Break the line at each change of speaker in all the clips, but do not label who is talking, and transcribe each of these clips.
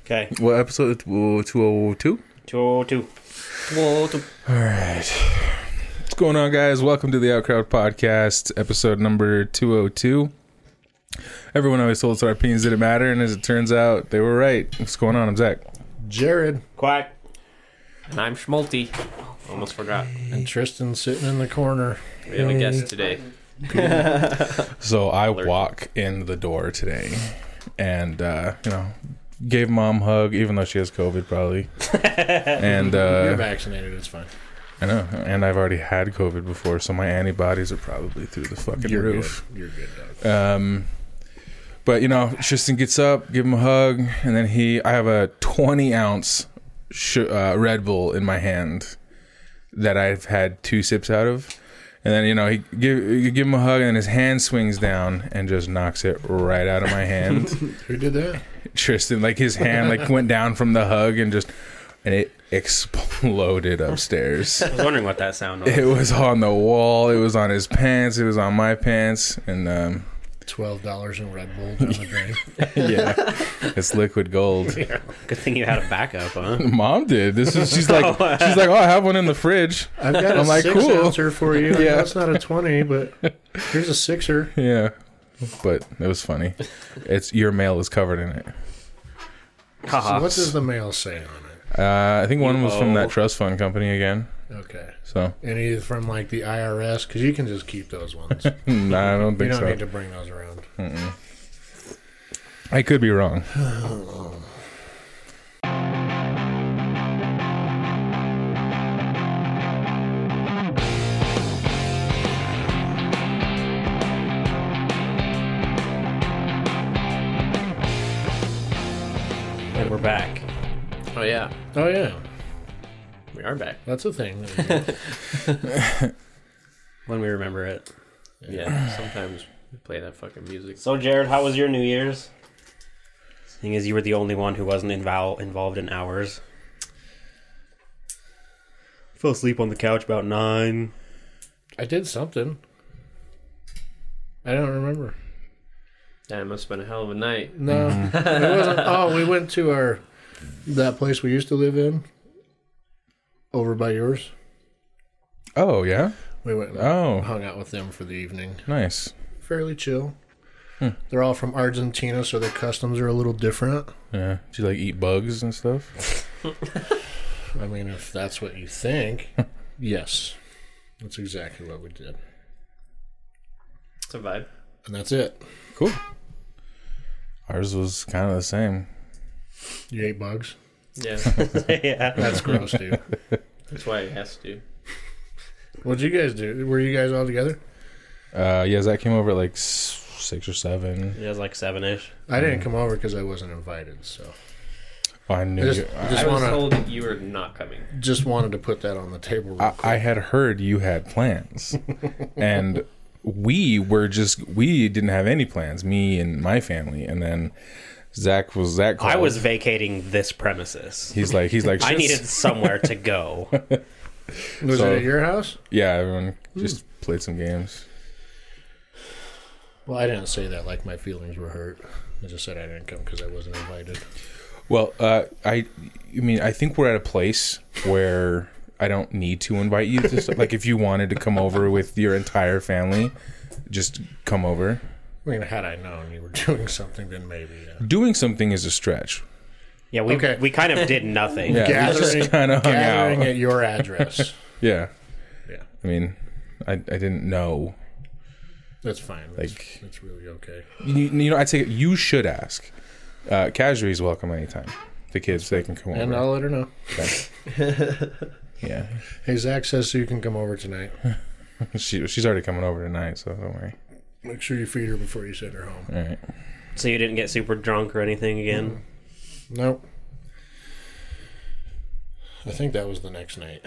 Okay.
What episode? Two oh two.
202. 202.
All right. What's going on, guys? Welcome to the Outcrowd Podcast, episode number 202. Everyone always told us our opinions didn't matter, and as it turns out, they were right. What's going on? I'm Zach.
Jared
Quiet.
And I'm Schmalti. Almost forgot.
and Tristan sitting in the corner.
We have a guest today.
So I
Alert.
walk in the door today and, uh, you know, gave mom a hug, even though she has COVID, probably. and,
You're
uh,
vaccinated. It's fine.
I know. And I've already had COVID before, so my antibodies are probably through the fucking
You're
roof.
good. You're good, dog.
Um, but you know, Tristan gets up, give him a hug, and then he. I have a twenty ounce sh- uh, Red Bull in my hand that I've had two sips out of, and then you know he give you give him a hug, and then his hand swings down and just knocks it right out of my hand.
Who did that?
Tristan, like his hand, like went down from the hug and just, and it exploded upstairs.
I was wondering what that sound was.
It was on the wall. It was on his pants. It was on my pants, and um,
Twelve dollars in Red Bull down the drain.
yeah, it's liquid gold.
Good thing you had a backup, huh?
Mom did. This is she's like she's like, oh, I have one in the fridge.
I've got a
I'm like,
six
cool.
ouncer for you.
Yeah.
Yeah, that's not a twenty, but here's a sixer.
Yeah, but it was funny. It's your mail is covered in it.
So
Uh-huh.
Haha.
what does the mail say on it?
Uh, I think one was from
Oh.
that trust fund company again.
Okay.
So
Any from like the IRS? Because you can just keep those ones.
Hmm, nah, I don't
you
think
don't
so.
need to bring those around.
I could be wrong.
And we're back. Oh, yeah.
Oh yeah,
We are back.
that's a thing. that we do.
When we remember it. Yeah. Sometimes we play that fucking music.
So, Jared, how was your New Year's? Seeing as you were the only one who wasn't invol- involved in ours. Fell asleep on the couch about nine.
I did something. I don't remember.
That must have been a hell of a night.
No,
Mm-hmm.
it wasn't. Oh, we went to our that place we used to live in over by yours.
Oh yeah.
We went and
Oh
Uh-huh.
hung out with them for the evening.
nice.
Fairly chill. They're all from Argentina, so their customs are a little different.
Yeah. Do you like eat bugs and stuff?
I mean, if that's what you think, yes, that's exactly what we did,
It's a vibe.
and that's it.
Cool. Ours was kind of the same.
You ate bugs.
Yeah.
yeah.
That's gross, dude.
That's why it has to.
What'd you guys do? Were you guys all together?
Uh, yeah, Zach came over at like s- six or seven.
It was like seven ish.
I didn't come over because I wasn't invited, so
I knew.
I just,
you-
I
I,
just
I was
wanna
told that you were not coming.
just wanted to put that on the table. Real
I, I had heard you had plans, and we were just we didn't have any plans. Me and my family, and then Zach was Zach.
I
called.
was vacating this premises.
He's like he's like.
I
"Shit's-"
needed somewhere to go.
was
so-
it at your house?
Yeah, everyone just played some games.
Well, I didn't say that like my feelings were hurt. I just said I didn't come because I wasn't invited.
Well, uh, I, I mean, I think we're at a place where I don't need to invite you to stuff. like if you wanted to come over with your entire family, just come over.
I mean, had I known you were doing something, then maybe. Yeah.
Doing something is a stretch.
Yeah, we
Okay.
we kind of did nothing.
Yeah, we just
Gathering-
kind of hung
Gathering
out.
at your address.
Yeah,
yeah,
I mean, I I didn't know
that's fine. That's,
Like-
that's really okay.
You, you know, I take it. You should ask. Uh, Kajri is welcome anytime. The kids, they can come over.
And I'll let her know.
yeah,
Hey, Zach says so you can come over tonight.
she, she's already coming over tonight, so don't worry.
Make sure you feed her before you send her home.
All right.
So you didn't get super drunk or anything again?
Nope. I think that was the next night.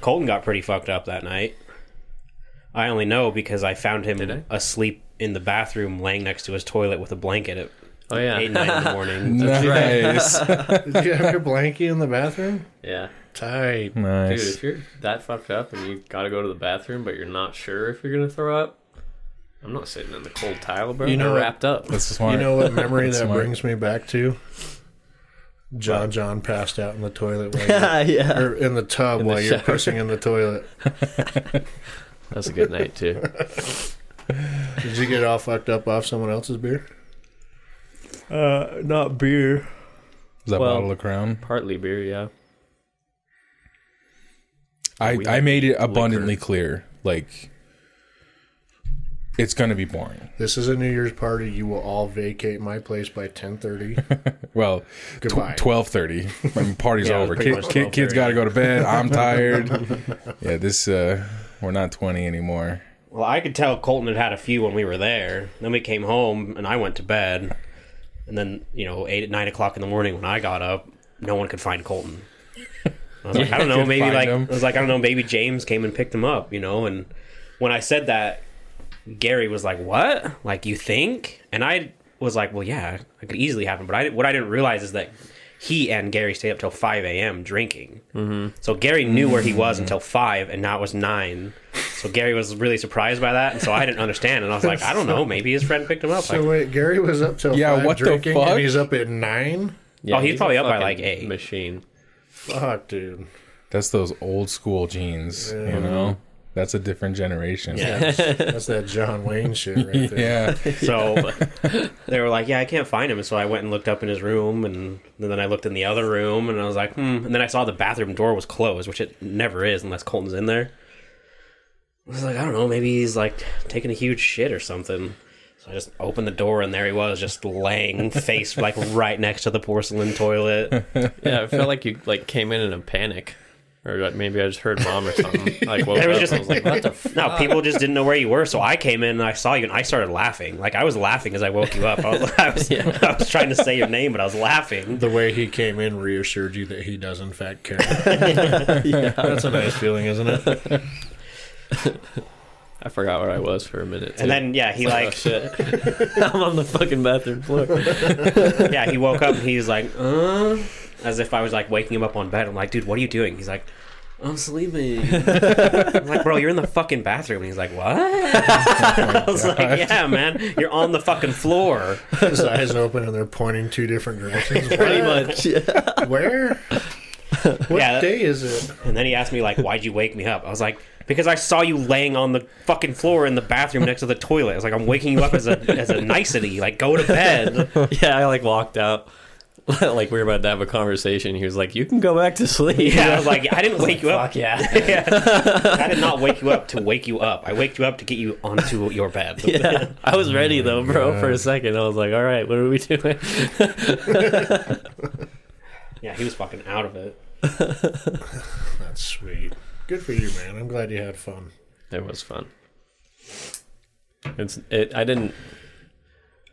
Colton got pretty fucked up that night. I only know because I found
Did
him asleep in the bathroom, laying next to his toilet with a blanket at
Oh, yeah.
eight nine in the morning.
Nice,
Did you have your blankie in the bathroom?
yeah.
Mm,
Tight.
Dude,
nice.
if you're that fucked up and you gotta go to the bathroom, but you're not sure if you're gonna throw up, I'm not sitting in the cold tile, bro.
You
You
know
know,
what?
wrapped up.
That's smart.
You know what memory that
Smart.
brings me back to? John John passed out in the toilet while
yeah.
you're, or in the tub
In the
while you're
shower.
pissing in the toilet.
That's a good night too.
Did you get all fucked up off someone else's beer?
Uh, not beer.
Is that
Well-
bottle of Crown?
Partly beer, yeah.
I,
We
I
have
made it abundantly clear. Like, it's going to be boring.
This is a New Year's party. You will all vacate my place by ten thirty.
Well, tw-
Goodbye.
12.30. I mean, party's
Yeah, it was
over.
pretty
Kid,
much
kid, kids
12:30.
got to go to bed. I'm tired. yeah, this, uh, we're not 20 anymore.
Well, I could tell Colton had had a few when we were there. Then we came home and I went to bed. And then, you know, eight at nine o'clock in the morning when I got up, no one could find Colton. I was like, I don't know,
Couldn't
maybe
find
like
him.
I was like, I don't know, maybe James came and picked him up, you know, and when I said that, Gary was like, What? Like you think? And I was like, Well yeah, it could easily happen. But I what I didn't realize is that he and Gary stayed up till five AM drinking. So Gary knew where he was until five, and now it was nine. So Gary was really surprised by that, and so I didn't understand. And I was like, I don't know, maybe his friend picked him up.
So
Like,
wait, Gary was up till
Yeah,
five
what the
drinking,
fuck?
and he's up at nine.
yeah
Oh, he's probably
a
up by,
fucking
like, eight.
Machine.
Fuck, dude.
That's those old school jeans, you
Uh-huh.
know? That's a different generation.
Yeah.
That's, that's that John Wayne shit right there.
Yeah.
so they were like, Yeah, I can't find him. And so I went and looked up in his room, and, and then I looked in the other room, and I was like, Hmm. And then I saw the bathroom door was closed, which it never is unless Colton's in there. I was like, I don't know, maybe he's like taking a huge shit or something. So I just opened the door, and there he was, just laying face like right next to the porcelain toilet.
Yeah, I felt like you like came in in a panic, or like, maybe I just heard mom or something. Like woke
It was
up,
just
I was like, what the f-?
no, people just didn't know where you were. So I came in and I saw you and I started laughing. Like I was laughing as I woke you up. I was, I was, I was trying to say your name, but I was laughing.
The way he came in reassured you that he does in fact care. That's a nice feeling, isn't it?
I forgot where I was for a minute. too.
And then yeah, he
oh
like
shit, I'm on the fucking bathroom floor.
yeah he woke up and he's like uh, as if I was like waking him up on bed. I'm like, dude, what are you doing? He's like. I'm sleeping. I'm like, bro, you're in the fucking bathroom. And he's like, what? I was like, yeah, man, you're on the fucking floor.
His eyes open and they're pointing two different directions.
Pretty much. Yeah.
Where? What
Uh,
Yeah.
day is it? Oh,
And then he asked me, like, why'd you wake me up? I was like, because I saw you laying on the fucking floor in the bathroom next to the toilet. I was like, I'm waking you up as a as a nicety. Like, go to bed.
yeah, I like walked out. like we were about to have a conversation. He was like, "You can go back to sleep."
Yeah, I was like, I didn't wake you up.
Fuck yeah.
Yeah. I did not wake you up to wake you up. I waked you up to get you onto your bed.
Yeah, I was ready though, bro. For a second, I was like, "All right, what are we doing?"
Yeah, he was fucking out of it.
That's sweet. Good for you, man. I'm glad you had fun.
It was fun. It's it. I didn't.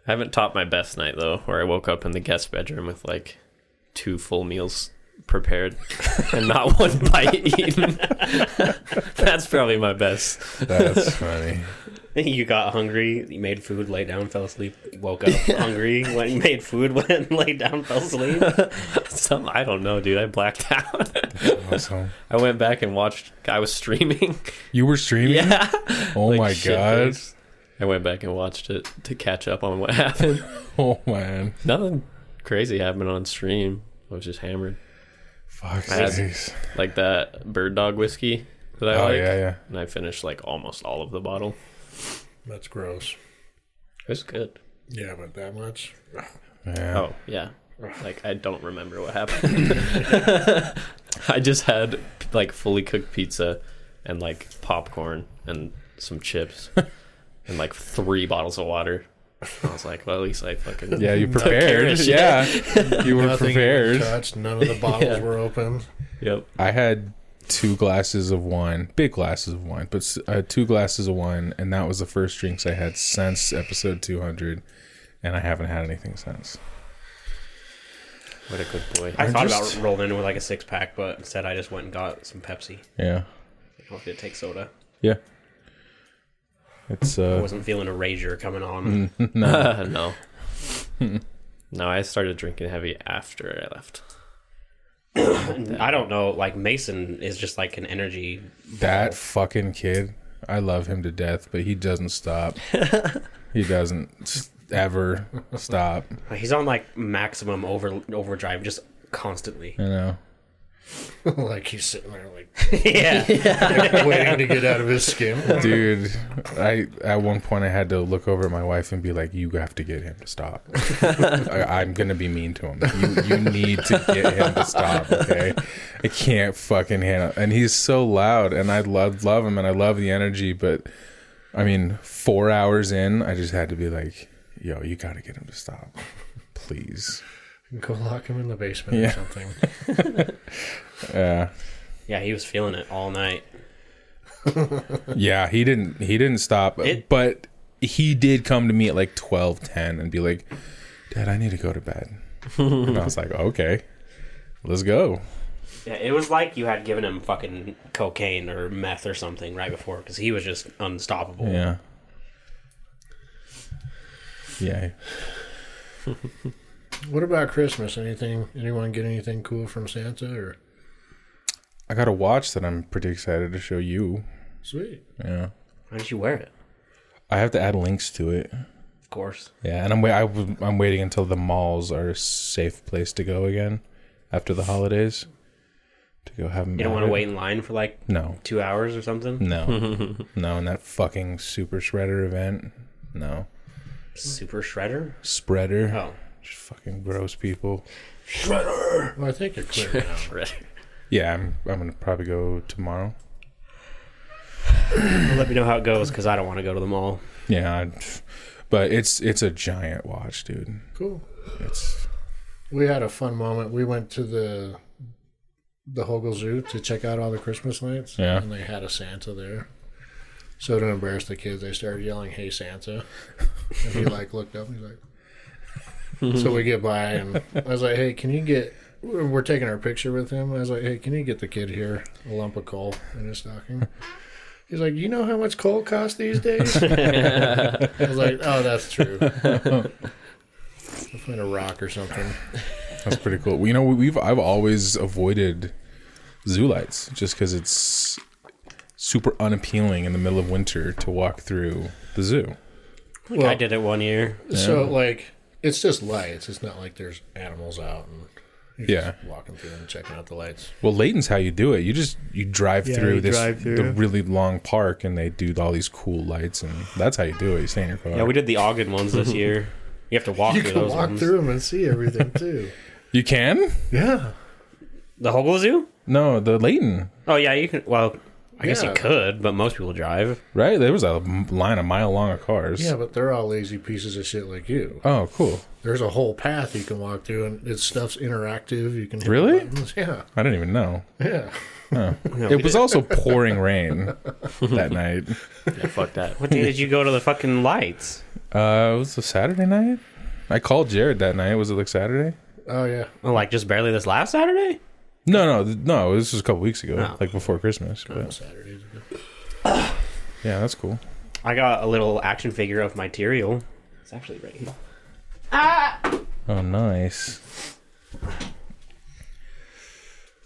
I haven't taught my best night though, where I woke up in the guest bedroom with like two full meals prepared and not one bite eaten. That's probably my best.
That's funny.
You got hungry, you made food, lay down, fell asleep, woke up hungry, went and made food, went and laid down, fell asleep.
Some I don't know, dude. I blacked out.
Awesome.
I went back and watched. I was streaming.
You were streaming?
yeah.
Oh
Like,
my
shit
God.
face. I went back and watched it to catch up on what happened.
Oh man.
Nothing crazy happened on stream. I was just hammered.
Fuck.
I had-
sakes.
Like that bird dog whiskey that I
Oh
like.
yeah, yeah.
And I finished like almost all of the bottle.
That's gross.
It was good.
Yeah, but that much?
Yeah.
Oh, yeah. Like I don't remember what happened. I just had like fully cooked pizza and like popcorn and some chips and like three bottles of water. I was like, well, at least I fucking
Yeah, you
took care
prepared.
of shit.
Yeah, you were
Nothing
prepared.
touched. None of the bottles
Yeah.
were open.
Yep.
I had two glasses of wine, big glasses of wine, but uh, two glasses of wine, and that was the first drinks I had since episode 200, and I haven't had anything since.
What a good boy.
I thought
just-
about rolling in with like a six pack, but instead I just went and got some Pepsi.
Yeah,
I don't did take soda.
yeah. It's
I
uh,
wasn't feeling a rager coming on.
Uh, no. no, I started drinking heavy after I left.
I don't know. Like Mason is just like an energy.
that fucking kid. I love him to death, but he doesn't stop. he doesn't s- ever stop.
He's on like maximum over overdrive, just constantly.
You know.
like he's sitting there, like
yeah.
waiting to get out of his skin.
Dude, I at one point I had to look over at my wife and be like, "You have to get him to stop. I, I'm gonna be mean to him. You, you need to get him to stop. Okay, I can't fucking handle. And he's so loud, and I love love him, and I love the energy. But I mean, four hours in, I just had to be like, "Yo, you gotta get him to stop, please."
Go lock him in the basement
Yeah.
or something.
Yeah,
Yeah, he was feeling it all night.
yeah. He didn't. He didn't stop,
It-
but he did come to me at like twelve ten and be like. Dad, I need to go to bed. and I was like, okay, let's go.
Yeah, it was like you had given him fucking cocaine or meth or something right before because he was just unstoppable.
Yeah. Yeah.
What about Christmas? Anything? Anyone get anything cool from Santa or
I got a watch that I'm pretty excited to show you.
sweet?
Yeah.
Why didn't you wear it?
I have to add links to it.
Of course.
Yeah, and I'm wait I w- I'm waiting until the malls are a safe place to go again after the holidays to go have 'em
You don't want
added.
to wait in line for like
No.
two hours or something?
No. no, and that fucking super shredder event. No.
Super shredder?
Spreader.
Oh.
Just fucking gross people.
Well, I think they're clear now.
Yeah, I'm I'm going to probably go tomorrow.
Well, let me know how it goes because I don't want to go to the mall.
Yeah, I'd- but it's it's a giant watch, dude.
Cool.
It's
We had a fun moment. We went to the the Hogel Zoo to check out all the Christmas lights.
Yeah.
And they had a Santa there. So to embarrass the kids, they started yelling, Hey Santa. And he like looked up and he's like So we get by and I was like, Hey, can you get we're we're taking our picture with him. I was like, Hey, can you get the kid here a lump of coal in his stocking? He's like, You know how much coal costs these days? I was like, Oh, that's true. I'll find a rock or something.
that's pretty cool. Well, You know, we've I've always avoided zoo lights just because it's super unappealing in the middle of winter to walk through the zoo.
Well,
I did it one year.
So like, it's just lights. It's not like there's animals out and you're
Yeah.
just walking through and checking out the lights.
Well, Layton's how you do it. You just you drive
Yeah,
through
you
this
drive through.
the really long park, and they do all these cool lights, and that's how you do it. You stay in your car.
Yeah, we did the Ogden ones this year. You have to walk
You
through
can
those
walk
ones.
through them and see everything too.
you can
yeah,
The Hogle Zoo?
no the Layton
Oh, yeah, you can. Well, I guess you
Yeah.
could, but most people drive.
right. There was a m- line a mile long of cars.
yeah, but they're all lazy pieces of shit like you.
Oh, cool.
There's a whole path you can walk through, and it's stuff's interactive. You can hit
Really?
buttons. yeah,
I didn't even know.
yeah.
it was also pouring rain that night.
Yeah, fuck that.
What day did you go to the fucking lights?
Uh, it was a Saturday night. I called Jared that night. Was it like Saturday?
Oh yeah.
Oh, like just barely this last Saturday?
No, no, th- no. This was a couple weeks ago,
Oh.
like before Christmas.
On
But
Saturdays.
yeah, that's cool.
I got a little action figure of my Tyrael. It's actually right here.
Oh, nice.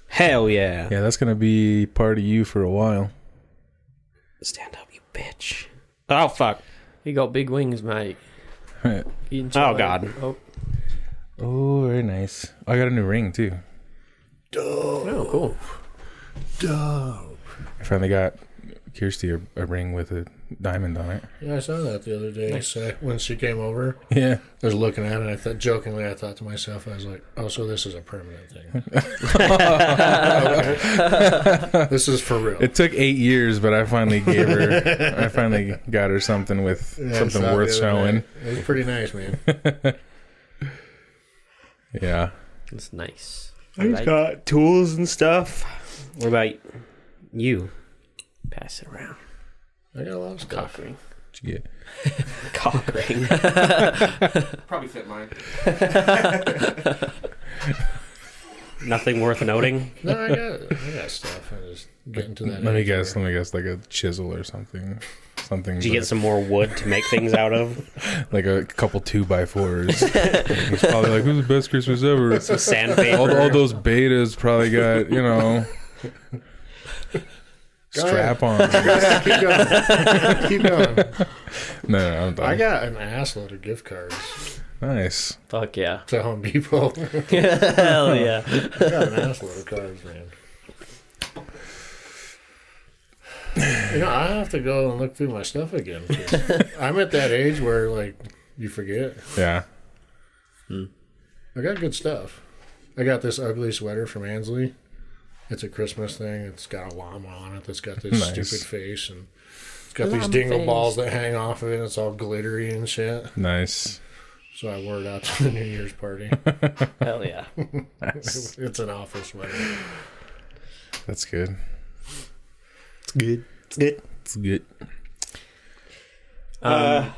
Hell yeah.
Yeah, that's gonna be part of you for a while.
Stand up, you bitch. Oh, fuck.
He got big wings, mate.
oh,
Oh, God.
Oh,
very nice. I got a new ring too.
oh, cool.
I finally got Kirsty a, a ring with a diamond on it.
Yeah, I saw that the other day. So when she came over,
Yeah,
I was looking at it. and I thought jokingly, I thought to myself, I was like, "Oh, so this is a permanent thing. Okay. This is for real."
it took eight years, but I finally gave her. I finally got her something with
Yeah, I
something
saw it
worth
the other
showing.
day. It was pretty nice, man.
Yeah.
That's nice.
He's
Like-
got tools and stuff. What about you?
Pass it around.
I got a lot of stuff.
Cock ring.
What'd you get?
Cock ring.
Probably fit mine.
Nothing worth noting.
No, I got, I got stuff. I just getting to that.
Let me
age
guess.
where-
Let me guess. Like a chisel or something. Something.
Did you get
that-
some more wood to make things out of?
like a couple two by fours? He's probably like, "Who's the best Christmas ever?"
Some sandpaper.
All, all those betas probably got you know
Go
strap on. No,
Keep going. Keep going.
no, I'm
I
done.
got an assload of gift cards.
Nice.
Fuck yeah.
to Home Depot.
Hell yeah.
I got an ass load of cards, man. You know, I have to go and look through my stuff again. 'cause I'm at that age where, like, you forget.
Yeah.
I got good stuff. I got this ugly sweater from Ansley. It's a Christmas thing. It's got a llama on it that's got this
Nice.
stupid face and it's got these
Llama
dingle
face.
balls that hang off of it. and It's all glittery and shit.
Nice.
So I wore it out to the New Year's party.
Hell yeah.
it's an awful sweater.
That's good.
It's good.
It's good.
Uh,
Um,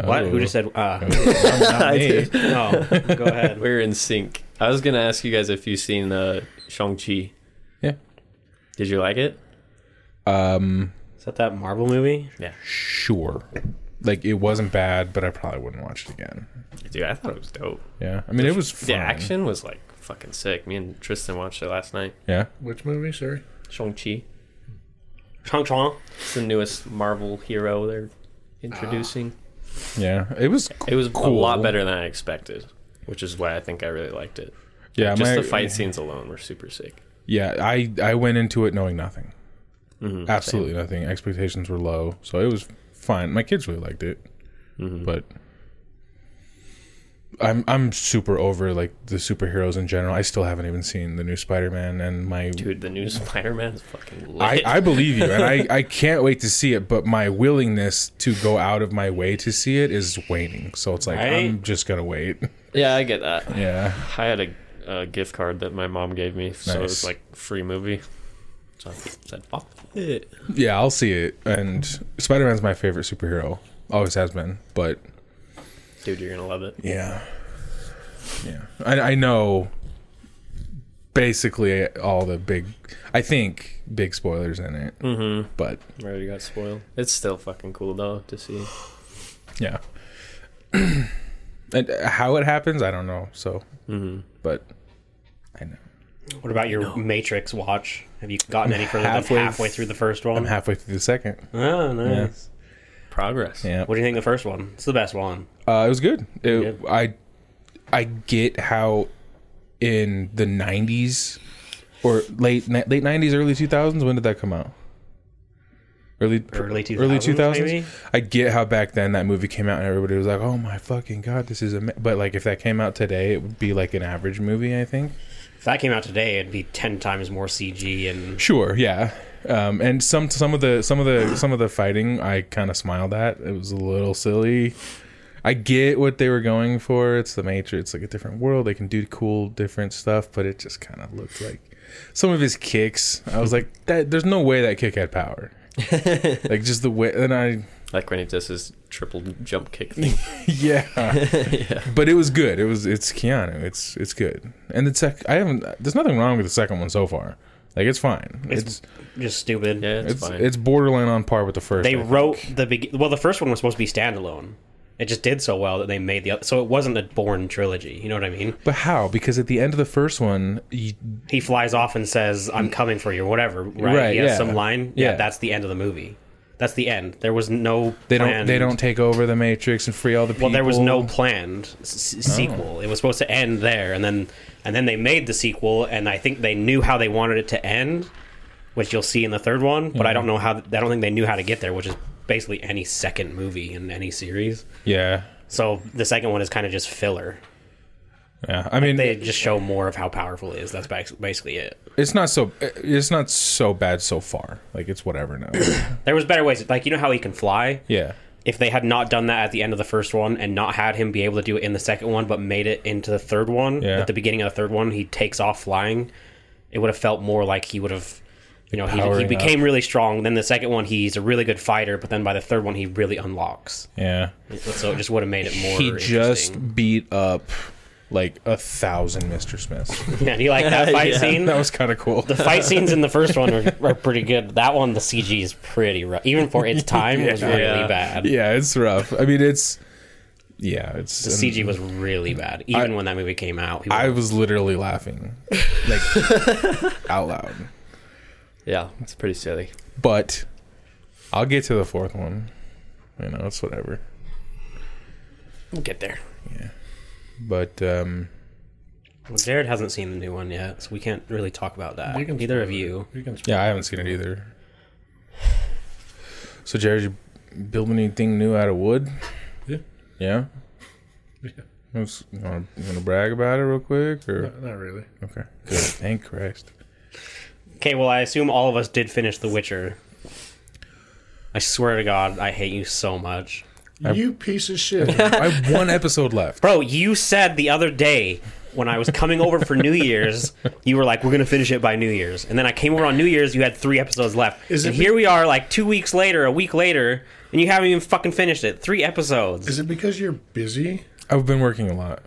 Oh.
what? Who just said? Uh,
I did.
no, go ahead.
We're in sync. I was gonna ask you guys if you've seen uh, Shang Chi.
Oh, Yeah.
Did you like it?
Um.
Is that that Marvel movie?
Sure. Like it wasn't bad, but I probably wouldn't watch it again.
Dude, I thought it was dope.
Yeah. I mean, it was fun.
The action was like fucking sick. Me and Tristan watched it last night.
Yeah.
Which movie? Sorry.
Shang Chi.
Chong Chong.
It's the newest Marvel hero they're introducing.
Yeah. It was.
It was a
Ah. Cool.
lot better than I expected, which is why I think I really liked it.
Yeah.
Just
my-
the fight scenes alone were super sick.
Yeah. I I went into it knowing nothing. Absolutely nothing. Expectations were low, so it was fine. My kids really liked it, but I'm I'm super over like the superheroes in general. I still haven't even seen the new Spider-Man, and my
Dude, the new Spider-Man is fucking
I,
lit.
I believe you, and I, I can't wait to see it. But my willingness to go out of my way to see it is waning. So it's like I'm
Right?
just gonna wait.
yeah, I get that.
Yeah,
I had a, a gift card that my mom gave me, so it was
Nice.
like free movie. So I said, "Fuck it."
yeah, I'll see it. And Spider Man's my favorite superhero, always has been. But
Dude, you're gonna love it.
yeah, yeah, I, I know. Basically, all the big, I think, big spoilers in it. Mm-hmm. But
I already got spoiled. It's still fucking cool though to see.
yeah, and how it happens, I don't know. So, but I know.
What about your Matrix watch? Have you gotten any further
halfway-
than halfway through the first one?
I'm halfway through the second.
oh, nice.
Progress.
Yeah.
What do you think of the first one? It's the best one.
Uh, it was good. It,
Yeah.
I I get how in the '90s or late ni- late '90s, early 2000s. When did that come out? Early
Early 2000s,
early 2000s.
maybe?
I get how back then that movie came out and everybody was like, "Oh my fucking god, this is a." But like, if that came out today, it would be like an average movie. I think.
If that came out today, it'd be ten times more CG and
Sure. Yeah. Um, and some some of the some of the some of the fighting I kind of smiled at. It was a little silly. I get what they were going for. It's the Matrix. It's like a different world. They can do cool different stuff, but it just kind of looked like some of his kicks. I was like, that, there's no way that kick had power. like just the way, and I
Like when he does his triple jump kick thing.
yeah. But it was good. It was it's Keanu. It's it's good. And the sec I haven't. There's nothing wrong with the second one so far. Like it's fine.
It's-
It's
just stupid.
Yeah, it's,
it's it's,
fine.
borderline on par with the first.
They
I think.
wrote the be- well. The first one was supposed to be standalone. It just did so well that they made the other. So it wasn't a born trilogy. You know what I mean?
But how? Because at the end of the first one, you,
He flies off and says, "I'm coming for you," or whatever. Right?
Mm. Right,
he has
yeah.
some line. Yeah.
Yeah.
that's the end of the movie. That's the end. There was no.
they don't
planned-
they don't take over the Matrix and free all the people.
Well, there was no planned s- s- sequel. It was supposed to end there, and then and then they made the sequel, and I think they knew how they wanted it to end, which you'll see in the third one. But I don't know how. I don't think they knew how to get there, which is basically any second movie in any series.
Yeah,
So the second one is kind of just filler.
yeah. I mean,
They just show more of how powerful he is. That's bas- basically it.
it's not so eh, it's not so bad so far. Like it's whatever now.
There was better ways. Like you know how he can fly.
yeah,
If they had not done that at the end of the first one and not had him be able to do it in the second one, but made it into the third one,
Yeah.
at the beginning of the third one, he takes off flying. It would have felt more like he would have, you know, he, he
Powering
became really strong. Then the second one, he's a really good fighter, but then by the third one, he really unlocks.
yeah.
So it just would have made it more.
He
interesting.
just beat up like a thousand Mr. Smiths.
Yeah, do you like that fight
Yeah.
scene?
that was kind of cool.
the fight scenes in the first one are, are pretty good. That one, the CG is pretty rough. Even for its time, it was really
Yeah.
bad.
yeah, it's rough. I mean, it's yeah, it's
The CG was really bad. Even when that movie came out, people-
I was literally laughing, like out loud.
yeah, it's pretty silly.
But I'll get to the fourth one. You know, it's whatever.
We'll get there.
But um,
Well, Jared hasn't seen the new one yet, so we can't really talk about that.
You can
Neither of
spoil it.
you.
You can
yeah, I haven't seen it either. So, Jared, you build anything new out of wood?
Yeah.
Yeah. I was- You want to brag about it real quick, or
Not, not really.
okay? Good. Thank Christ.
Okay, well, I assume all of us did finish The Witcher. I swear to God, I hate you so much.
you piece of shit.
I have one episode left.
Bro, you said the other day when I was coming over for New Year's, you were like, we're going to finish it by New Year's. And then I came over on New Year's, you had three episodes left.
Is
and
it be-
here we are, like two weeks later, a week later, and you haven't even fucking finished it. Three episodes.
Is it because you're busy?
I've been working a lot.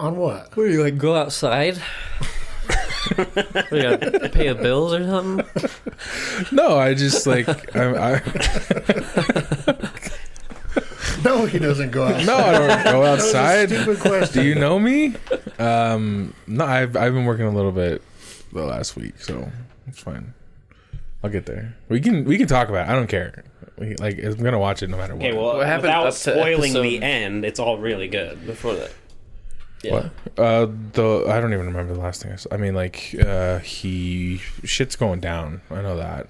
On what?
What do you like? Go outside? what, you gotta pay a bills or something?
No, I just like I, I
No, he doesn't go out.
no, I don't go
That was a
outside.
Stupid question.
Do you know me? Um, no, I've I've been working a little bit the last week, so it's fine. I'll get there. We can we can talk about. it. I don't care. We, like I'm gonna watch it no matter what.
Okay, well,
What happened
without
up to
spoiling the
episode-
end, it's all really good.
Before that. Yeah.
What? Uh, the I don't even remember the last thing I saw. I mean, like, uh, he shit's going down. I know that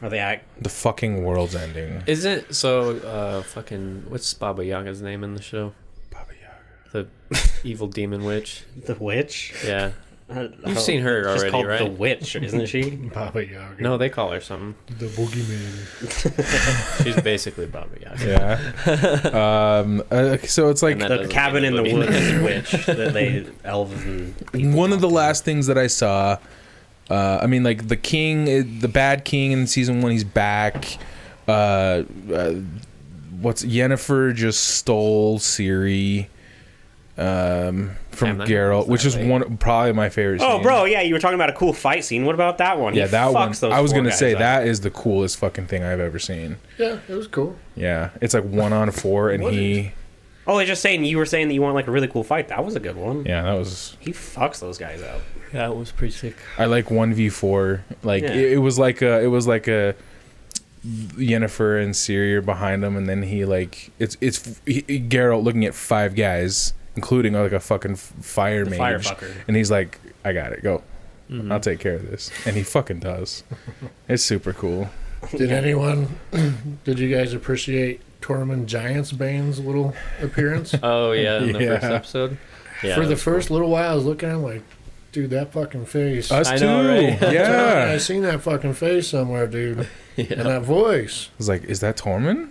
Are they act?
the fucking world's ending.
Isn't so uh fucking what's Baba Yaga's name in the show?
Baba Yaga.
The evil demon witch.
The Witch?
Yeah.
You've
You've seen her
Oh, She's
already,
called
right?
the Witch, isn't she?
Papa Yaga.
No, they call her something.
The boogeyman.
She's basically Baba Yaga.
Yeah. um. uh, so it's like
And that
the
doesn't
cabin in
mean
the
anybody.
woods witch that they elves and people
one of the
talk to.
last things that I saw. Uh, I mean, like the king, uh, the bad king in season one, he's back. Uh, uh, what's Yennefer just stole Ciri um, from
Damn, that
Geralt,
happens
which
that
is
way.
one probably my favorite.
Oh,
scene.
bro, yeah, you were talking about a cool fight scene. What about that one?
yeah,
He
that
fucks
one.
those
I was
four
gonna
guys
say
up.
that is the coolest fucking thing I've ever seen.
Yeah, it was cool.
Yeah, it's like one on four, and
What
he.
Oh, they're just saying you were saying that you want like a really cool fight. That was a good one.
Yeah, that was.
He fucks those guys up.
That was pretty sick.
I like one v four. Like
Yeah.
it, it was like a it was like a Yennefer and Ciri are behind him, and then he like it's it's he, he- Geralt looking at five guys, including like a fucking f- fire
The
mage,
firefucker.
and he's like, "I got it, go, I'll take care of this," and he fucking does. it's super cool.
Did anyone? Did you guys appreciate Tormund Giantsbane's little appearance?
Oh yeah, in the first
Yeah.
episode. Yeah.
For the first little while, I was looking. I'm like, dude, that fucking face.
Us
I
too.
know, right?
yeah,
I
I
seen that fucking face somewhere, dude, and
yeah.
that voice.
was like, "Is that Tormund?"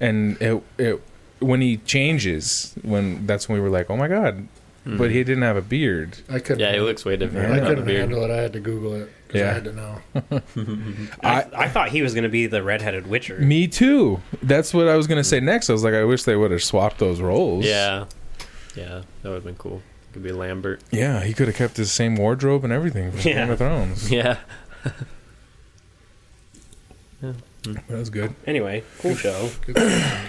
and it it when he changes when that's when we were like, "Oh my god." But he didn't have a beard.
I couldn't.
Yeah, he looks way different.
I
without the
couldn't
beard.
handle it. I had to Google it. 'cause
Yeah.
I had to know.
I, I thought he was gonna be the redheaded witcher.
Me too. That's what I was gonna say next. I was like, I wish they would have swapped those roles.
Yeah. Yeah, that would have been cool. Could be Lambert.
Yeah, he could have kept his same wardrobe and everything from
Yeah.
Game of Thrones.
Yeah.
That was good.
Anyway, cool show.
Good thing, yeah.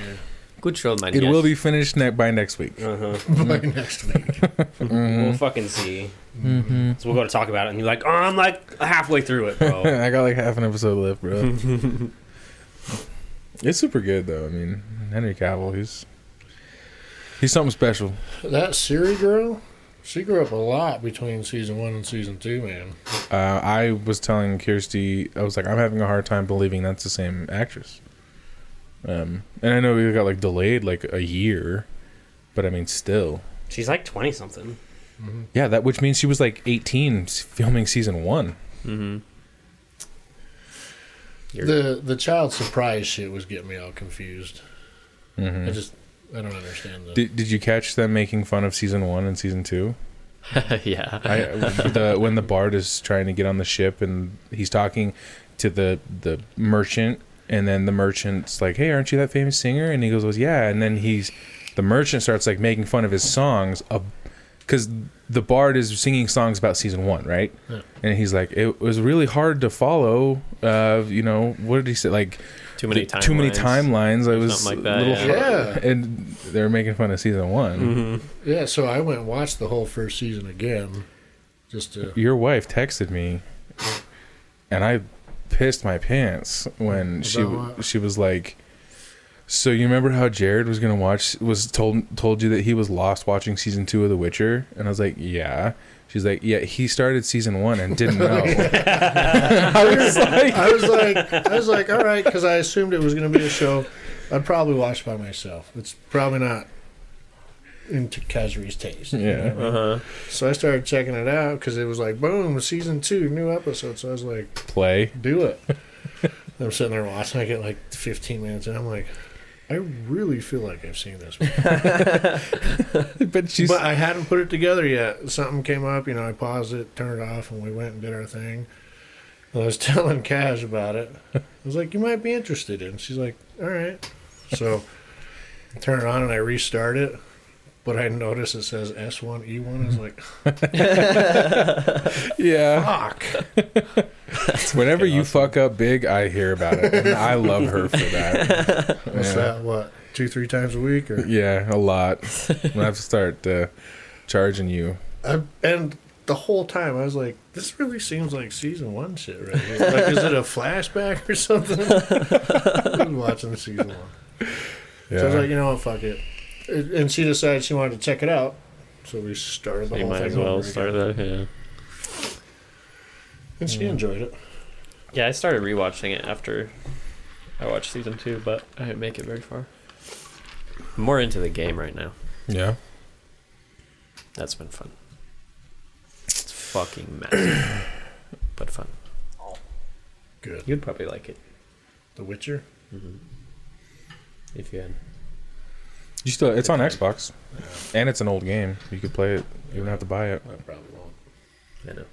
Good show, man.
It
yes.
will be finished ne- by next week.
Uh-huh.
By next week.
Mm-hmm.
We'll fucking see. So we'll go to talk about it, and you're like, oh, I'm like halfway through it,
Oh.
bro.
I got like half an episode left, bro. it's super good though. I mean, Henry Cavill, he's he's something special.
That Siri girl, she grew up a lot between season one and season two, man.
Uh, I was telling Kirsty, I was like, I'm having a hard time believing that's the same actress. Um, and I know we got like delayed like a year, but I mean, still.
She's like twenty something.
Yeah, that which means she was like 18 s- filming season one.
Mm-hmm. You're-
The the child surprise shit was getting me all confused. I
Mhm.
just I don't understand that.
Did, did you catch them making fun of season one and season two?
yeah.
I, the, when the bard is trying to get on the ship and he's talking to the the merchant, and then the merchant's like, "Hey, aren't you that famous singer?" And he goes, "Was yeah." And then he's the merchant starts like making fun of his songs, because the bard is singing songs about season one, right?
Yeah.
And he's like, "It was really hard to follow." Uh, you know, what did he say? Like
too many
the-
timelines.
too many timelines. I was
Something like that,
little
yeah. Mm-hmm.
Yeah.
and they're making fun of season one.
Yeah, so I went and watched the whole first season again, just to
Your wife texted me, and I pissed my pants when she
About what?
she was like, So you remember how Jared was gonna watch was told told you that he was lost watching season two of The Witcher, and I was like, yeah. She's like, yeah, he started season one and didn't know. I was like,
I was like, I was like, all right, because I assumed it was going to be a show I'd probably watch by myself. It's probably not into Kazri's taste. you
Yeah.
know what I mean?
Uh-huh.
So I started checking it out because it was like, boom, season two, new episode. So I was like,
play.
do it. I'm sitting there watching. I get like 15 minutes, and I'm like, I really feel like I've seen this. One.
But she's
But I hadn't put it together yet. Something came up, you know. I paused it, turned it off, and we went and did our thing. And I was telling Cash about it. I was like, "You might be interested in." She's like, "All right." So I turn it on and I restart it. But I notice it says S1 E1. I was like,
yeah.
"Fuck!"
Whenever you fuck up big, I hear about it. And I love her for that.
What's
Yeah.
that? What? Two, three times a week, or
Yeah, a lot. I'm gonna have to start uh, charging you.
I, and the whole time I was like, this really seems like season one shit right here. Like, is it a flashback or something? I was watching season one.
Yeah.
So I was like, you know what, fuck it. And and she decided she wanted to check it out. So we started the
You
whole
might
thing
as well
over
start
again.
that. Yeah.
And
Mm.
she enjoyed it.
Yeah, I started rewatching it after I watched season two, but I didn't make it very far. I'm more into the game right now.
yeah.
That's been fun. It's fucking massive, but fun.
Good.
You'd probably like it
The Witcher.
if you had.
You still it's on Xbox. And it's an old game. You could play it. You don't have to buy it.
I probably won't.
I know.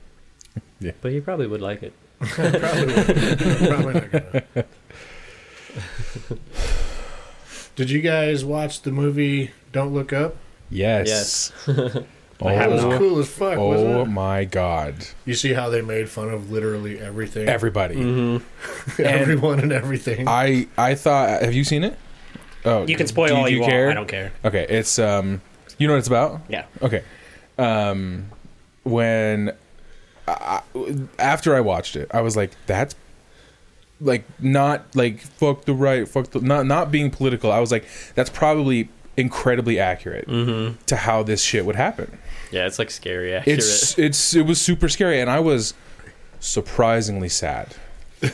Yeah.
But you probably would like it.
I probably won't. I'm probably not gonna. Did you guys watch the movie Don't Look Up?
Yes.
Yes.
oh
that was cool as fuck, wasn't
oh
it?
my god.
You see how they made fun of literally everything,
Everybody.
Mm-hmm.
everyone, and everything.
I I thought have you seen it? Oh
You can spoil
do
all you,
care?
want. I don't care.
Okay, it's um you know what it's about?
Yeah.
Okay. Um, when I, I- after I watched it, I was like, that's like not like fuck the right, fuck the not not being political. I was like, that's probably incredibly accurate to how this shit would happen.
Yeah, it's like scary accurate.
It's it's it was super scary, and I was surprisingly sad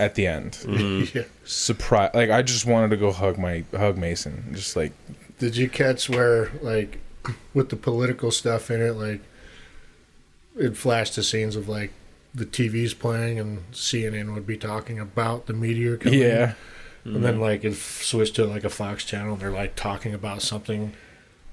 at the end.
Yeah.
Surprise! Like I just wanted to go hug my hug Mason, just like
Did you catch where, like, with the political stuff in it, like, it flashed to scenes of, like, the TV's playing and CNN would be talking about the meteor coming?
yeah, Mm-hmm.
And then, like, it switched to, like, a Fox channel and they're, like, talking about something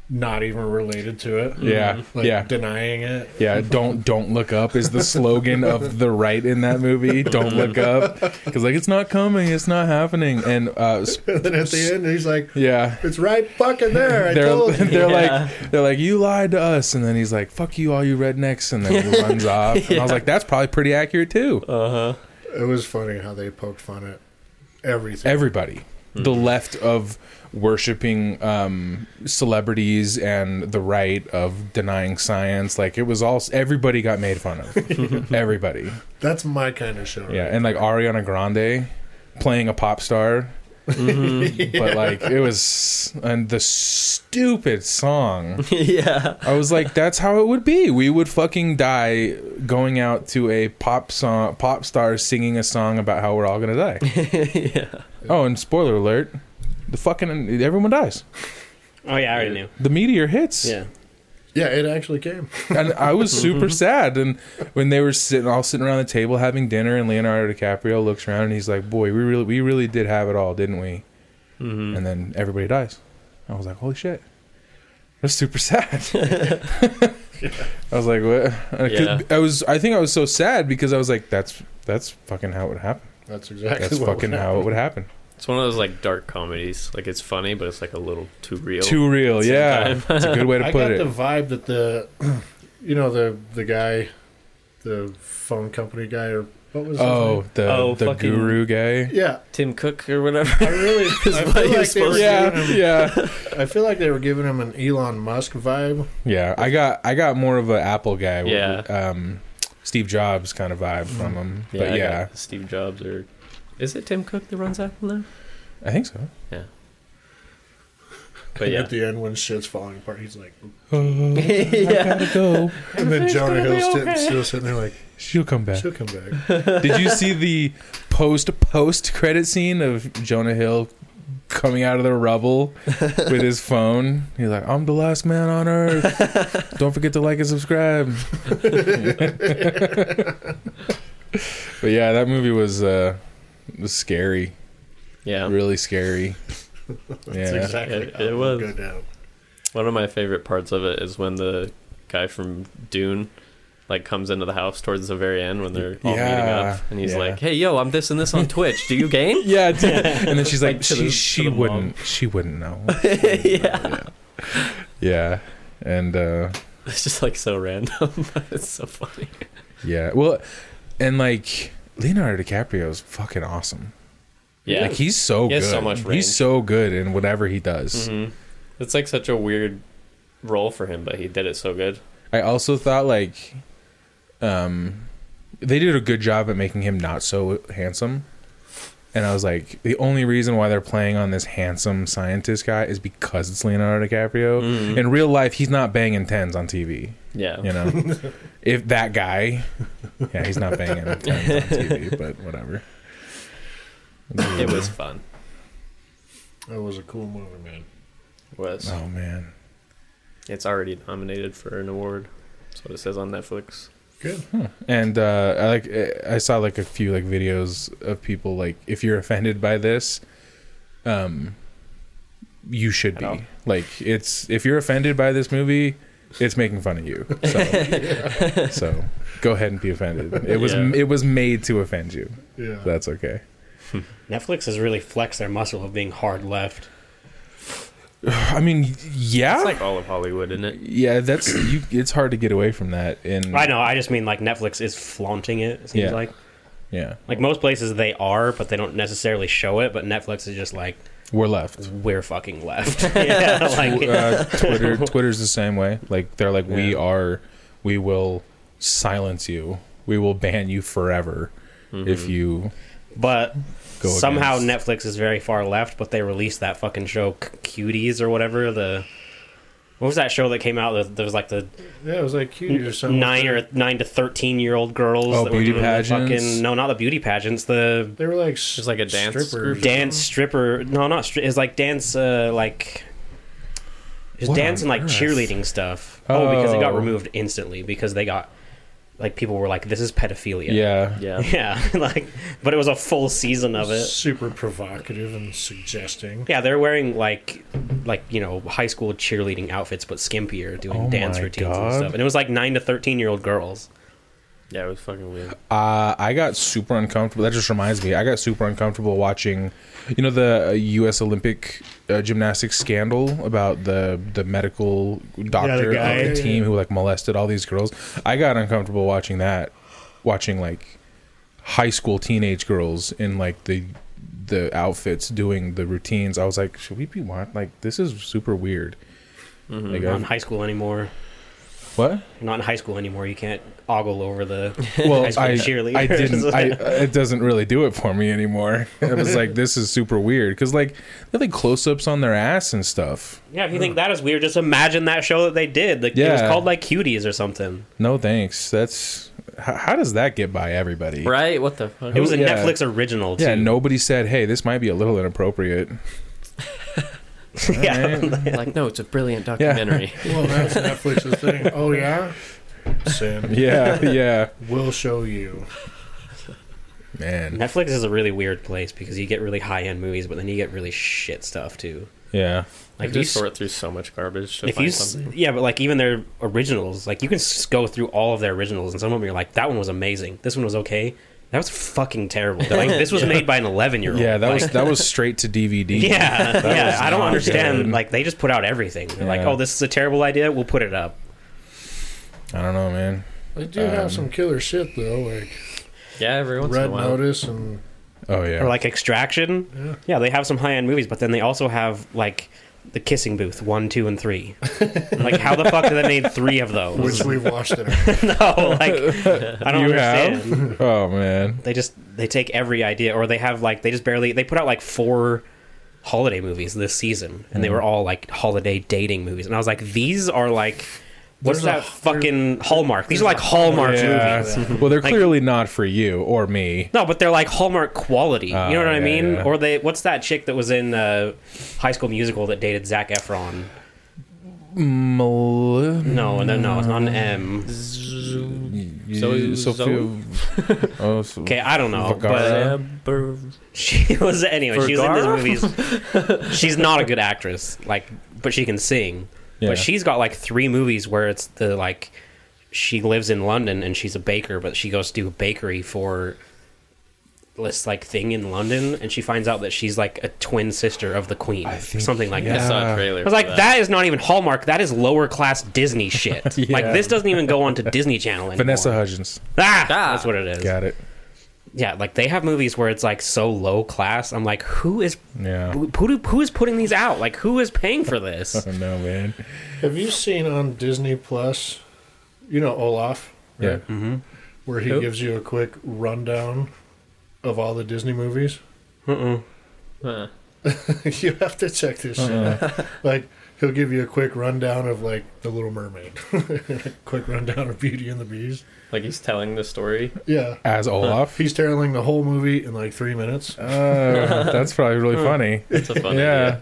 not even related to it. Mm-hmm.
yeah,
Like,
yeah.
denying it.
Yeah, don't don't look up is the slogan of the right in that movie. Don't look up because like it's not coming, it's not happening, and uh, s-
And then at the end, he's like,
yeah,
it's right fucking there. I
they're
told you.
they're
Yeah.
like they're like you lied to us, and then he's like fuck you all you rednecks, and then he runs off. And I was like that's probably pretty accurate too.
uh huh.
It was funny how they poked fun at everything.
Everybody, the left of worshiping um, celebrities and the right of denying science, like it was all everybody got made fun of. everybody.
That's my kind of show.
Yeah, and like Ariana Grande playing a pop star. But like it was and the stupid song.
yeah.
I was like, that's how it would be. We would fucking die going out to a pop song pop star singing a song about how we're all gonna die.
yeah.
oh, and spoiler alert, the fucking everyone dies.
Oh yeah, I already knew.
The meteor hits.
Yeah.
Yeah, it actually came.
and I was super sad. And when they were sitting, all sitting around the table having dinner, and Leonardo DiCaprio looks around and he's like, "Boy, we really, we really did have it all, didn't we?"
Hmm. Mm-hmm.
And then everybody dies. I was like, "Holy shit!" That's super sad. I was like, "What?" I,
Yeah.
I was. I think I was so sad because I was like, "That's that's fucking how it would happen.
That's exactly
That's
what
fucking
would
how it would happen."
It's one of those like dark comedies. Like it's funny, but it's like a little too real.
Too real, yeah. It's a good way to
I
put
got
it.
the vibe that the, you know, the the guy, the phone company guy, or what was? his
oh,
name?
the
Oh,
the
fucking-
guru guy.
yeah.
Tim Cook or whatever.
I really, I
what
feel,
you're
like they were
supposed
giving
Yeah,
him,
yeah.
I feel like they were giving him an Elon Musk vibe.
Yeah, I got I got more of an Apple guy.
Yeah. Mm.
Um, Steve Jobs kind of vibe from him.
Yeah,
but
I
yeah,
got Steve Jobs or is it Tim Cook that runs Apple now?
I think so.
Yeah. But yeah,
At the end, when shit's falling apart, he's like,
yeah.
Oh, Gotta go.
and then Jonah
gonna be
Hill's
okay.
sitting, still sitting there like,
She'll come back.
she'll come back.
Did you see the post post credit scene of Jonah Hill coming out of the rubble with his phone? He's like, "I'm the last man on earth. Don't forget to like and subscribe." but yeah, that movie was uh, was scary,
yeah.
really scary.
That's
Yeah,
exactly
It-
how
it
would
was.
go down.
One of my favorite parts of it is when the guy from Dune like comes into the house towards the very end when they're all meeting
Yeah,
up, and he's
yeah.
like, "Hey, yo, I'm this and this on Twitch. Do you game?"
yeah. dude. And then she's like,
Like, to
"She
the- to
she
the mom.
wouldn't she wouldn't know."
yeah,
yeah, and. uh
it's just like so random. but it's so funny.
Yeah. Well, and like Leonardo DiCaprio is fucking awesome.
Yeah,
Like he's so
He
good.
has so much range.
He's so good in whatever he does.
Mhm. it's like such a weird role for him, but he did it so good.
I also thought like, um, they did a good job at making him not so handsome. And I was like, the only reason why they're playing on this handsome scientist guy is because it's Leonardo DiCaprio.
Mhm.
In real life, he's not banging tens on TV.
Yeah,
You know, if that guy, yeah, he's not banging tens on TV, but whatever.
it was fun.
That was a cool movie, man.
It was
Oh man.
it's already nominated for an award? That's what it says on Netflix.
Good.
and uh, I like I saw like a few like videos of people like if you're offended by this, um, you should
At all.
be like it's if you're offended by this movie, it's making fun of you. So, so go ahead and be offended. It was
Yeah.
it was made to offend you.
Yeah.
That's okay.
Netflix has really flexed their muscle of being hard left.
I mean, yeah,
It's like all of Hollywood, isn't it?
yeah. That's you. It's hard to get away from that. In
I know. I just mean like Netflix is flaunting it. it seems
Yeah.
like
yeah,
like most places they are, but they don't necessarily show it. But Netflix is just like
we're left.
we're fucking left. yeah, like,
uh, Twitter Twitter's the same way. Like they're like we
Yeah.
are we will silence you. We will ban you forever
Mm-hmm.
if you
but
go
somehow
against-
Netflix is very far left. But they released that fucking show C- Cuties or whatever. The what was that show that came out? that There was like the
Yeah, it was like cute or something.
nine or nine to thirteen year old girls.
Oh,
that were
beauty
doing the
pageants?
Fucking, no, not the beauty pageants. The
They were like
There's like a dance
strippers.
group.
dance stripper. No, not stri- it's like dance, uh, like just
What
dance
on
and like
earth?
cheerleading stuff. Oh. because it got
Oh.
removed instantly because they got like people were like, "This is pedophilia."
yeah.
Yeah,
yeah, like, but it was a full season of it.
Super provocative and suggesting.
Yeah, they're wearing like, like you know, high school cheerleading outfits, but skimpier, doing
Oh
dance
my
routines
God.
and stuff. And it was like nine to thirteen year old girls.
yeah, it was fucking weird.
Uh, I got super uncomfortable. That just reminds me. I got super uncomfortable watching, you know, the uh, U.S. Olympic uh, gymnastics scandal about the the medical doctor
guy.
of
Yeah,
the
yeah,
team
yeah.
who like molested all these girls. I got uncomfortable watching that, watching like high school teenage girls in like the the outfits doing the routines. I was like, should we be watching? Like, this is super weird. Like,
Not in
I,
high school anymore.
what?
Not in high school anymore. You can't ogle over the
well,
high school
I,
cheerleaders.
I didn't. I, it doesn't really do it for me anymore. It was like this is super weird because like they had, like close ups on their ass and stuff.
Yeah, if you think that is weird, just imagine that show that they did. Like it was
Yeah.
called like Cuties or something.
No thanks. That's how, how does that get by everybody?
Right? What the fuck?
It was a
Yeah.
Netflix original. Too.
Yeah, nobody said, "Hey, this might be a little inappropriate."
yeah.
Alright.
like, no, it's a brilliant documentary.
Well, that's Netflix's thing. Oh yeah, Sin.
yeah, yeah.
We'll show you.
Man,
Netflix is a really weird place because you get really high end movies, but then you get really shit stuff too.
yeah.
Like,
Like
you
you,
just sort through so much garbage to
if
find
you, s-
something.
yeah, but like even their originals, like you can s- go through all of their originals, and some of them you're like, that one was amazing, this one was okay, that was fucking terrible. Like this was made by an eleven year old.
Yeah, that
like,
was that was straight to DVD.
Yeah, yeah. I don't
not
understand.
good.
Like they just put out everything. They're like,
Yeah.
oh, this is a terrible idea. We'll put it up.
I don't know, man.
They do have some killer shit though, like
Yeah, every once in
Red
a while.
Notice and
Oh yeah.
or like Extraction.
Yeah.
Yeah. they have some high end movies, but then they also have like the Kissing Booth one, two, and three. like, how the fuck do they made three of those?
which we've watched it.
no, like I don't
you
understand.
have? Oh man.
They just they take every idea, or they have like they just barely they put out like four holiday movies this season, and they
Hmm.
were all like holiday dating movies, and I was like, these are like. What's
There's a-
that fucking Hallmark? These are like Hallmark movies.
Yeah. well, they're clearly not for you or me.
No, but they're like Hallmark quality. you know what I
Ah, yeah,
mean?
yeah.
Or they what's that chick that was in uh, High School Musical that dated Zach Efron? No, no, no, it's not an M.
Zoe-
oh, so-
Okay, I don't know,
Vergara?
but she was anyway. She
Vergara?
was in these movies. she's not a good actress, like, but she can sing.
Yeah.
But she's got like three movies where it's the like she lives in London and she's a baker, but she goes to a bakery for this like thing in London, and she finds out that she's like a twin sister of the Queen, or something like
yeah.
that.
I saw
Uh,
a trailer.
I was like, that is not even Hallmark. That is lower class Disney shit. Like this doesn't even go onto Disney Channel anymore.
Vanessa Hudgens.
ah,
Ah.
that's what it is.
Got it.
Yeah, like they have movies where it's like so low class. I'm like, who is
Yeah.
who, who, who is putting these out? Like, who is paying for this?
I don't know, man.
Have you seen on Disney Plus? You know Olaf,
Yeah.
Mm.
where he
Who?
gives you a quick rundown of all the Disney movies.
Huh. Uh-huh.
you have to check this shit. out. Like he'll give you a quick rundown of like The Little Mermaid, quick rundown of Beauty and the Beast.
like he's telling the story.
Yeah,
As Olaf.
he's telling the whole movie in like three minutes.
Uh, that's probably really funny.
It's a funny.
Yeah.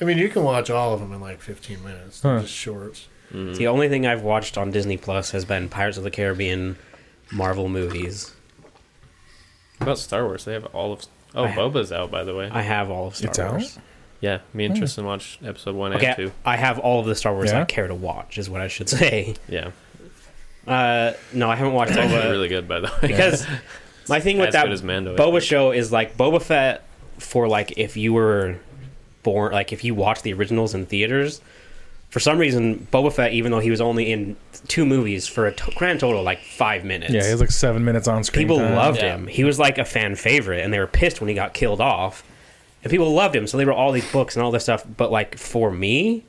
I mean, you can watch all of them in like fifteen minutes. They're
Huh.
Just shorts.
The only thing I've watched on Disney Plus has been Pirates of the Caribbean, Marvel movies.
What about Star Wars? They have all of. Oh,
I have-
Boba's out by the way.
I have all of Star
It's out?
Wars.
Yeah, me and Tristan watched episode one and
Okay,
two.
I have all of the Star Wars
Yeah?
I care to watch is what I should say.
Yeah,
Uh, no, I haven't watched
it's actually
Boba
really good by the way.
because my thing with
As
that
good as Mando, I
Boba show is like Boba Fett for like if you were born like if you watched the originals in theaters. For some reason, Boba Fett, even though he was only in two movies for a to- grand total of like five minutes,
Yeah, he has like seven minutes on screen.
people
time.
loved
Yeah.
him. He was like a fan favorite, and they were pissed when he got killed off. And people loved him, so they were all these books and all this stuff. But like for me,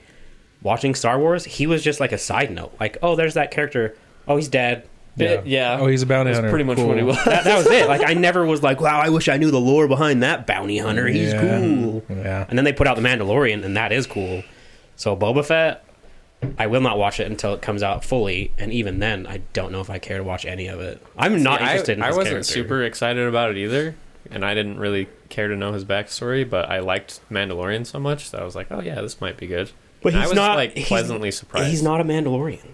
watching Star Wars, he was just like a side note. Like, oh, there's that character. Oh, he's dead.
Yeah. Yeah.
Oh, he's a bounty
That's
hunter.
pretty much
Cool.
what he was.
that, that was it. Like I never was like, wow, I wish I knew the lore behind that bounty hunter. He's
Yeah.
cool.
Yeah.
And then they put out the Mandalorian, and that is cool. So Boba Fett, I will not watch it until it comes out fully, and even then, I don't know if I care to watch any of it. I'm not
I-
interested. in
I,
his
wasn't
character.
super excited about it either, and I didn't really care to know his backstory. But I liked Mandalorian so much that I was like, oh yeah, this might be good.
But
And I
he's
was
not-
like
he's-
pleasantly surprised.
He's not a Mandalorian.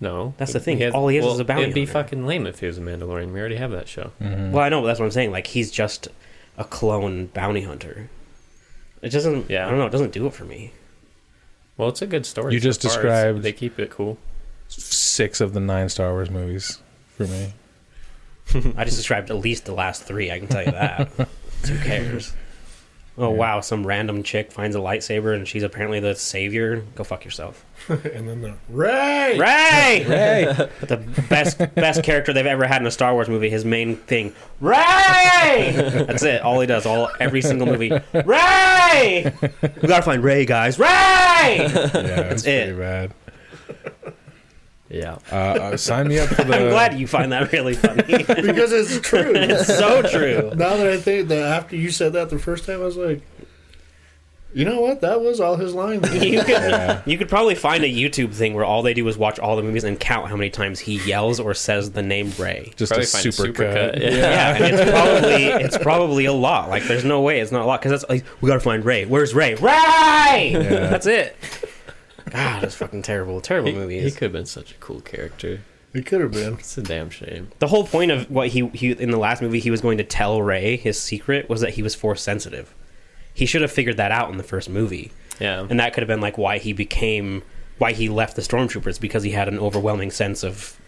No,
That's the thing. All he is is a bounty
It'd be
hunter. Hmm.
fucking lame if he was a Mandalorian. We already have that show.
Mm. Well, I know, but that's what I'm saying. Like he's just a clone bounty hunter. It doesn't.
Yeah.
I don't know. It doesn't do it for me.
Well, it's a good story.
You just
so far. It's-
described-
They keep it cool.
Six of the nine Star Wars movies for me.
I just described at least the last three. I can tell you that. Who cares? Oh wow! Some random chick finds a lightsaber and she's apparently the savior. Go fuck yourself,
And then the Ray.
Ray!
Hey,
But the best best character they've ever had in a Star Wars movie. His main thing, Ray. That's it. All he does, all every single movie, Ray. We gotta find Ray, guys. Ray.
yeah, it's
it.
pretty bad.
Yeah.
Uh, uh, sign me up for the.
I'm glad you find that really funny.
because it's true.
it's so true.
now that I think that after you said that the first time, I was like, you know what? That was all his line.
You could
Yeah.
you could probably find a YouTube thing where all they do is watch all the movies and count how many times he yells or says the name Ray.
Just a
Probably find a
super,
supercut,
cut.
yeah.
Yeah, and it's probably it's probably a lot. Like, there's no way it's not a lot because that's like we gotta find Ray. Where's Ray? Ray. That's it. God, it's fucking terrible, terrible
He,
movie.
he could have been such a cool character.
It could have been.
It's a damn shame.
the whole point of what he, he in the last movie he was going to tell Ray his secret was that he was force sensitive. He should have figured that out in the first movie.
Yeah.
and that could have been like why he became why he left the stormtroopers because he had an overwhelming sense of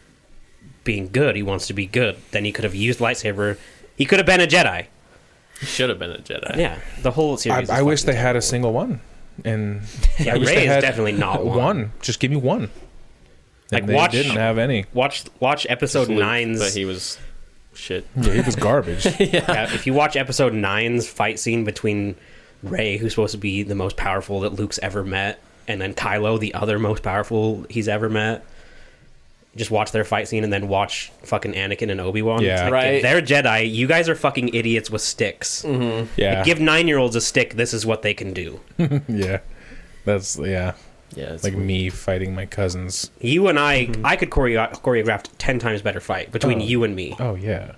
being good he wants to be good then he could have used lightsaber he could have been a jedi
he should have been a Jedi.
yeah the whole
I,
series
I wish they had a single one. And
yeah,
I wish
ray
they
is
had
definitely not one.
one. Just give me one.
Like,
And they
watch-
didn't have any.
watch watch episode
Luke,
nine's
But he was shit.
Yeah, he was garbage.
yeah, if you watch episode nine's fight scene between ray who's supposed to be the most powerful that luke's ever met and then kylo the other most powerful he's ever met just watch their fight scene and then watch fucking Anakin and Obi Wan.
Yeah.
Right.
They're Jedi. You guys are fucking idiots with sticks.
Mm-hmm. Yeah.
Give nine year olds a stick. This is what they can do.
yeah. That's yeah.
Yeah, it's
Like
like
me fighting my cousins.
You and I, I could choreo- choreograph ten times better fight between
Mm-hmm. Oh.
you and me.
Oh yeah.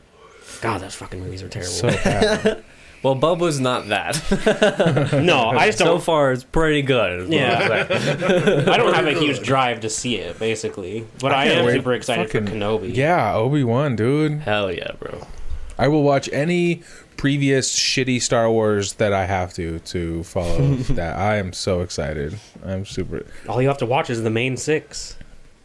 God, those fucking movies are terrible.
So bad.
well, Bubba's not that.
no, I just
so
don't.
far, it's pretty good.
yeah, I don't have a huge drive to see it, basically. But I,
can't
am
wait.
super excited for
Fucking-
Kenobi.
yeah, Obi Wan, dude.
Hell yeah, bro.
I will watch any previous shitty Star Wars that I have to to follow. that I am so excited. I'm super
All you have to watch is the main six.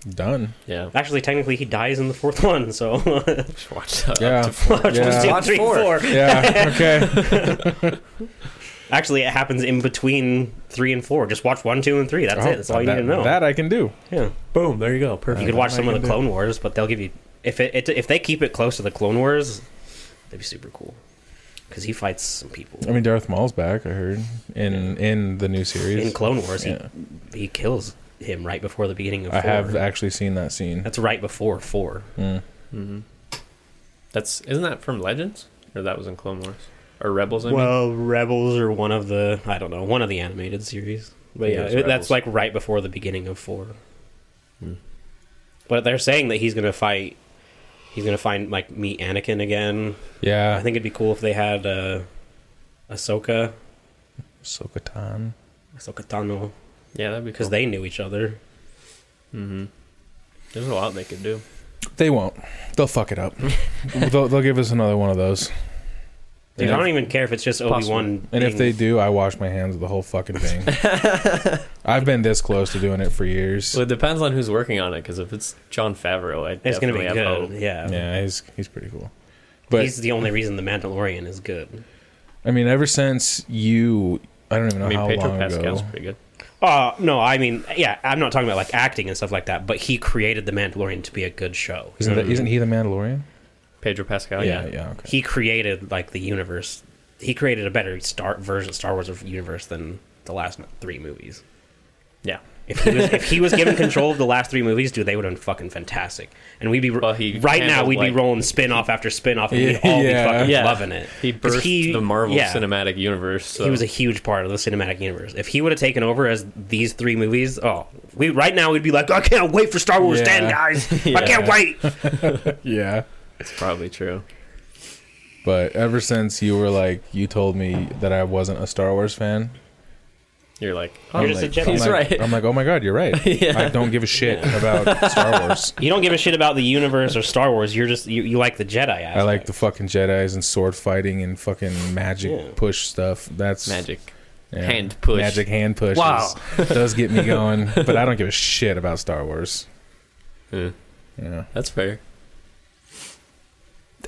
done.
Yeah,
Actually, technically, he dies in the fourth one, so
just watch that.
Yeah.
One, two,
yeah.
Watch
three,
four.
four.
yeah. Okay.
Actually, it happens in between three and four. Just watch one, two, and three. That's
Oh,
it. That's all you
that,
need to know.
That I can do.
yeah,
Boom, there you go. Perfect.
you could watch
I
some of
can
the
do.
Clone Wars, but they'll give you if it, it if they keep it close to the Clone Wars, that'd be super cool because he fights some people.
I mean, Darth Maul's back. I heard in in the new series.
in Clone Wars,
Yeah.
he, he kills him right before the beginning of.
I
four.
have actually seen that scene.
That's right before four.
Mm.
Mm-hmm. That's isn't that from Legends or that was in Clone Wars or Rebels? I mean?
Well, Rebels are one of the I don't know one of the animated series, but
Yeah,
yeah,
it's
it-
Rebels.
that's like right before the beginning of four.
Hmm.
But they're saying that he's gonna fight. He's gonna find like meet Anakin again.
Yeah.
I think it'd be cool if they had uh, Ahsoka,
Sokatan.
Ahsoka Tano,
yeah, that'd be
because
cool.
they knew each other.
Mm-hmm. There's a lot they could do.
They won't. They'll fuck it up. they'll, they'll give us another one of those.
Dude,
Yeah.
I don't even care if it's just Obi
Possible.
Wan.
And if they do, I wash my hands of the whole fucking thing. I've been this close to doing it for years.
Well, it depends on who's working on it because if it's John Favreau, I
it's gonna
definitely
be
have
good.
hope.
Yeah,
Yeah, he's he's pretty cool. But
he's the only reason the Mandalorian is good.
I mean, ever since you, I don't even know
I mean,
how
Pedro
long
Pascal's
ago.
pretty good.
Uh, no, I mean, yeah, I'm not talking about like acting and stuff like that, but he created The Mandalorian to be a good show.
Isn't, that, isn't he the Mandalorian?
Pedro Pascal,
yeah,
yeah.
okay.
He created like the universe. He created a better star version of Star Wars of universe than the last three movies.
Yeah.
If he was, if he was given control of the last three movies, dude, they would have been fucking fantastic. And we'd be
Well, he
right now
handled,
we'd
like-
be rolling spin off after spin off, and we'd all
Yeah.
be fucking
Yeah.
loving it.
He
'Cause
birthed the Marvel
yeah.
Cinematic Universe. So.
He was a huge part of the cinematic universe. If he would have taken over as these three movies, oh, we right now we'd be like, I can't wait for Star Wars
Yeah.
10, guys. I can't
Yeah.
wait.
Yeah.
It's probably true.
But ever since you were like, you told me that I wasn't a Star Wars fan.
You're like,
You're
oh,
just a
like-
Jedi.
I'm
He's
like-
right.
I'm like, oh my god, you're right.
Yeah.
I don't give a shit about Star Wars.
You don't give a shit about the universe or Star Wars. You're just you, you like the Jedi aspect.
I like the fucking Jedi's and sword fighting and fucking magic
Yeah.
push stuff. That's
magic.
yeah.
hand push.
Magic hand pushes.
Wow.
does get me going. But I don't give a shit about Star Wars.
Yeah,
Yeah.
that's fair.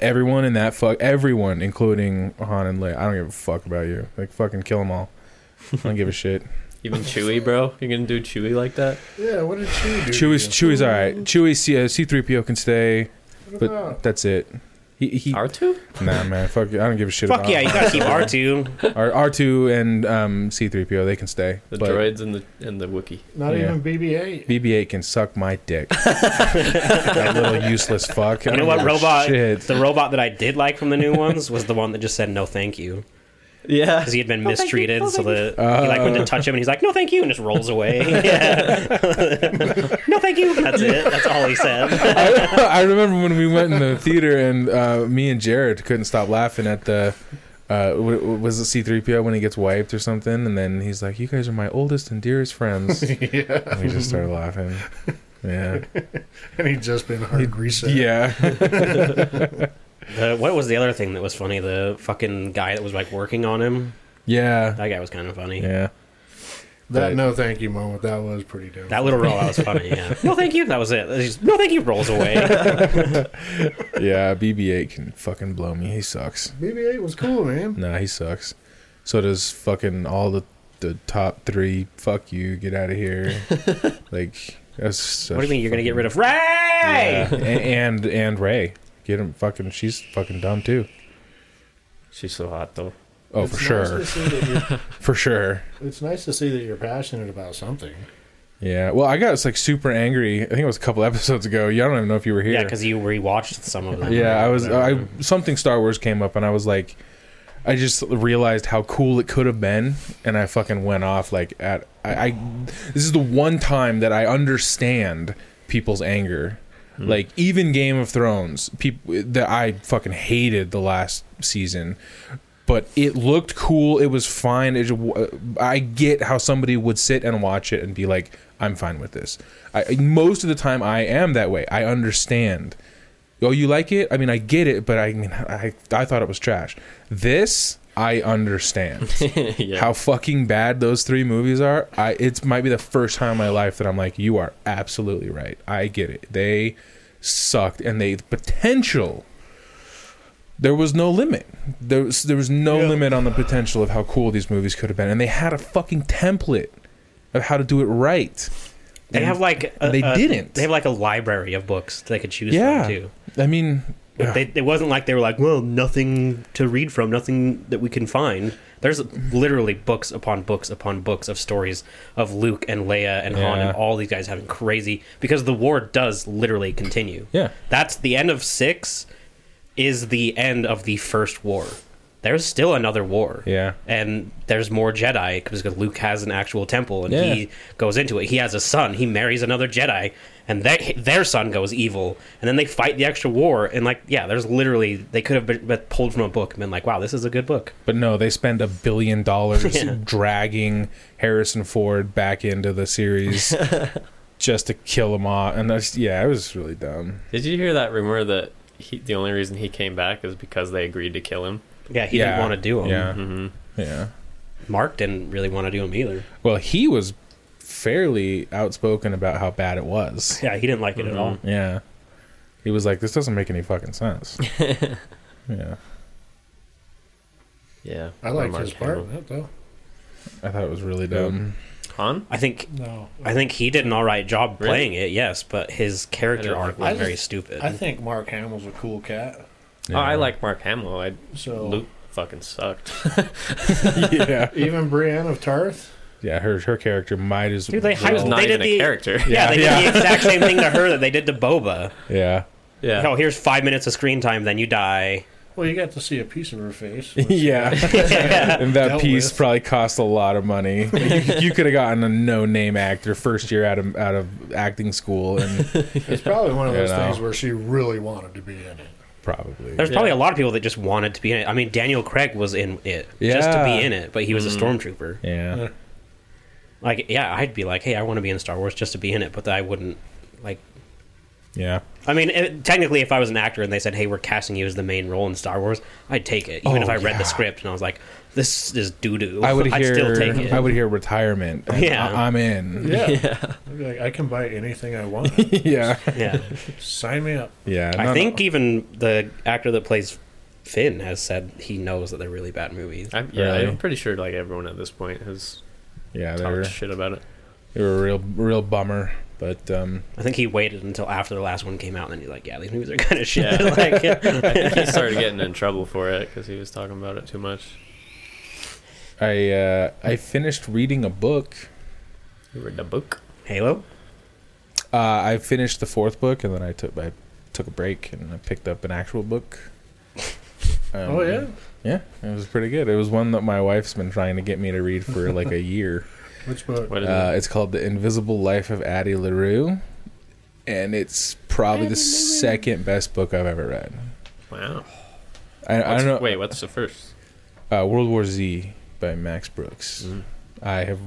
Everyone in that fuck, everyone, including Han and Leia, I don't give a fuck about you. Like fucking kill them all. I don't give a shit.
Even Chewy, bro. You're gonna do Chewy like that?
Yeah, what did Chewie do? to
Chewie's
you?
Chewie's all right. Chewie C uh, C3PO can stay,
What
but
about-
that's it. He, he
R two?
nah man, fuck. I don't give a shit.
Fuck
about
yeah, you gotta keep R two.
R R two and um, C three PO they can stay.
The
but
droids and the and the Wookie.
not
yeah.
even BB-8.
BB eight can suck my dick. that little useless fuck. I
You know
don't
what
give a
robot?
Shit.
The robot that I did like from the new ones was the one that just said no, thank you,
Yeah.
because he had been mistreated. so that he like went to touch him and he's like, no, thank you, and just rolls away. Yeah. no, thank you. That's it. That's all he said.
I, I remember when we went in the theater and uh, me and Jared couldn't stop laughing at the. Uh, w- w- was it C three PO when he gets wiped or something? And then he's like, "You guys are my oldest and dearest friends." And we just started laughing. Yeah,
And he'd just been hard reset.
yeah.
The, what was the other thing that was funny? The fucking guy that was like working on him.
yeah,
That guy was kind of funny.
yeah.
That no thank you moment, that was pretty dope.
That little rollout was funny. Yeah. no, thank you. That was it. It's just, no, thank you. Rolls away.
Yeah, BB-8 can fucking blow me. He sucks.
BB-8 was cool, man.
Nah, he sucks. So does fucking all the the top three. Fuck you. Get out of here. like that's. Such
what do you mean you're gonna get rid of Ray?
Yeah. A- and and Ray, get him fucking. She's fucking dumb too.
She's so hot though.
Oh,
It's
for
nice
sure,
to see that you're-
for sure.
it's nice to see that you're passionate about something.
Yeah. Well, I got like super angry. I think it was a couple episodes ago. Yeah, I don't even know if you were here.
Yeah, because you rewatched some of them.
Yeah, I was. I something Star Wars came up, and I was like, I just realized how cool it could have been, and I fucking went off like at I. I this is the one time that I understand people's anger. Like even Game of Thrones, people that I fucking hated the last season, but it looked cool. It was fine. It, uh, I get how somebody would sit and watch it and be like, "I'm fine with this." I, most of the time, I am that way. I understand. Oh, you like it? I mean, I get it, but I mean, I I thought it was trash. This I understand
yeah.
how fucking bad those three movies are. I it might be the first time in my life that I'm like, you are absolutely right. I get it. They sucked, and they the potential. There was no limit. There was there was no limit on the potential of how cool these movies could have been, and they had a fucking template of how to do it right.
They
And
have like
they didn't.
They have like a library of books they could choose
yeah.
from too.
I mean,
They, it wasn't like they were like, well, nothing to read from, nothing that we can find. There's literally books upon books upon books of stories of Luke and Leia and Han
Yeah.
and all these guys having crazy because the war does literally continue.
Yeah.
that's the end of six. Is the end of the first war? There's still another war.
Yeah.
and there's more Jedi because Luke has an actual temple and
Yeah.
he goes into it. He has a son. He marries another Jedi, and they, their son goes evil. And then they fight the extra war. And like, yeah, there's literally they could have been, been pulled from a book and been like, "Wow, this is a good book."
But no, they spend a billion dollars
Yeah.
dragging Harrison Ford back into the series just to kill him off. And that's yeah, it was really dumb.
Did you hear that rumor that he, the only reason he came back is because they agreed to kill him?
Yeah, he
Yeah.
didn't want to do him. Mm-hmm.
Yeah, yeah.
Mark didn't really want to do him either.
Well, he was fairly outspoken about how bad it was.
Yeah, he didn't like it
Mm-hmm.
at all.
Yeah, he was like, "This doesn't make any fucking sense." yeah,
Yeah.
I
Or
liked
Mark
his part
Hamill.
in it, though.
I thought it was really dumb.
Han?
I think
No.
I think he did an all right job
Really?
playing it. Yes, but his character
didn't
arc
like
was
that.
very stupid.
I think Mark Hamill's a cool cat.
Oh, I like Mark Hamill. I
So
Luke fucking sucked.
yeah,
even Brienne of Tarth.
yeah. Her her character might as
Dude, they hyped-
He's not
they
even
did
a
the-
character.
yeah, they
yeah.
did the exact same thing to her that they did to Boba.
yeah.
Yeah.
Oh, here's five minutes of screen time, then you die.
Well, you got to see a piece of her face.
yeah. and that
Dealt
piece
with.
probably cost a lot of money. you, you could have gotten a no-name actor first year out of out of acting school, and
It's probably one of
You
those
know.
things where she really wanted to be in it.
probably
There's probably a lot of people that just wanted to be in it. I mean, Daniel Craig was in it just to
Yeah. Mm.
be in it, but he was a stormtrooper.
yeah.
Like, yeah, I'd be like, hey, I want to be in Star Wars just to be in it, but I wouldn't. Like,
Yeah,
I mean, it, technically, if I was an actor and they said, hey, we're casting you as the main role in Star Wars, I'd take it, even
Oh,
if I read
yeah.
the script and I was like, this is doo doo.
I would hear.
I'd still take it.
I would hear retirement. and
Yeah.
I, am in.
Yeah. I'd be like, I can buy anything I want.
yeah,
yeah,
Sign me up.
yeah. no,
I
no.
think even the actor that plays Finn has said he knows that they're really bad movies.
I'm, yeah,
Really?
I'm pretty sure like everyone at this point has
Yeah, they
talked
were,
shit about it.
they were a real real bummer, but um,
I think he waited until after the last one came out, and then he's like, "Yeah, these movies are kind of shit."
Yeah.
like,
I think he started getting in trouble for it because he was talking about it too much.
I uh, I finished reading a book.
You read the book?
Halo.
Uh, I finished the fourth book, and then I took I took a break and I picked up an actual book. Um,
oh yeah.
Yeah, it was pretty good. It was one that my wife's been trying to get me to read for like a year.
Which book?
What is
Uh, it's called The Invisible Life of Addie LaRue, and it's probably the second best book I've ever read.
it? Wow.
I, I
What's-
don't know.
Wait, what's the first?
Uh, World War Z by Max Brooks. I have,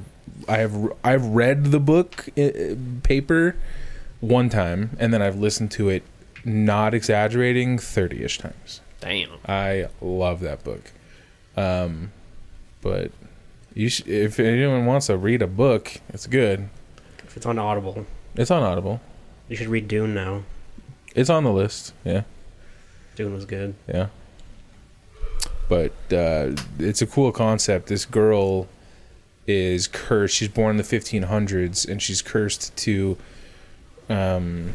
I have, I've read the book uh, paper one time, and then I've listened to it, not exaggerating, thirty-ish times.
Damn.
I love that book. Um, but you sh- if anyone wants to read a book, it's good.
If it's on Audible,
It's on Audible.
you should read Dune now.
It's on the list. Yeah,
Dune was good.
yeah. But uh, it's a cool concept. This girl is cursed. She's born in the 1500s, and she's cursed to um,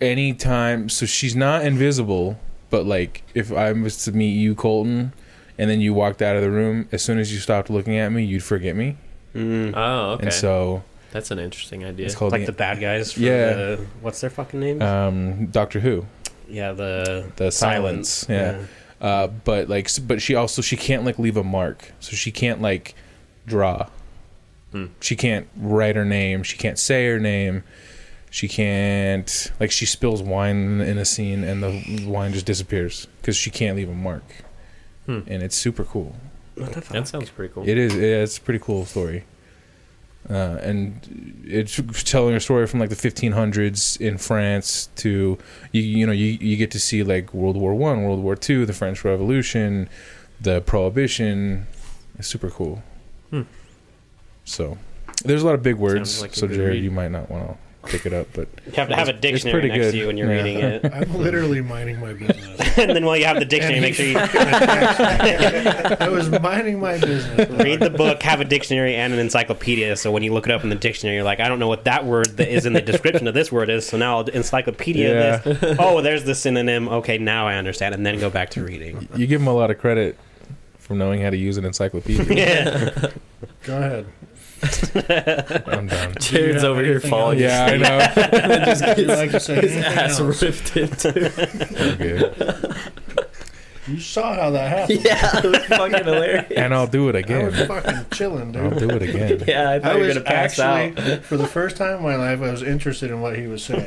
any time. So she's not invisible, but like if I was to meet you, Colton, and then
Mm-hmm.
you walked out of the room, as soon as you stopped looking at me, you'd forget me.
Mm.
Oh, okay.
And so
That's an interesting idea.
It's called
like
the-
the bad guys. From
Yeah.
The, what's their fucking name?
um, Doctor Who.
yeah. The
the silence, yeah. Uh, but like, s- but she also she can't like leave a mark, so she can't like draw. She can't write her name. She can't say her name. She can't like she spills wine in a scene and the wine just disappears because she can't leave a mark.
Hmm.
And it's super cool.
What the fuck?
That sounds pretty cool.
It is. yeah, It's a pretty cool story. Uh, and it's telling a story from like the 1500s in France to you. You know, you you get to see like World War One, World War Two, the French Revolution, the Prohibition. It's super cool.
Hmm.
So there's a lot of big words.
Sounds like a
so
good
Jared,
read.
you might not want to pick it up, but
You have to have a dictionary
pretty
next to
good.
you when you're
Yeah.
reading it,
I'm literally minding my business.
and then while you have the dictionary,
And
make sure
he-
you
I was minding my business.
read the book, have a dictionary and an encyclopedia. So when you look it up in the dictionary, you're like, I don't know what that word that is in the description of this word is. So now I'll encyclopedia
Yeah.
this. Oh, there's the synonym. Okay, now I understand, and then go back to reading.
you give them a lot of credit for knowing how to use an encyclopedia.
Yeah.
Go ahead.
I'm done.
Jared's
Yeah,
over here
everything
falling.
Yeah, I know.
Would you like to say
His
anything
ass
else?
ripped into.
I'm good.
You saw how that happened.
yeah, it was fucking hilarious.
And I'll do it
I was
again.
fucking chilling,
I'll
dude.
do it again.
Yeah, I thought
I
you were
was
gonna pass
actually,
out.
for the first time in my life, I was interested in what he was saying.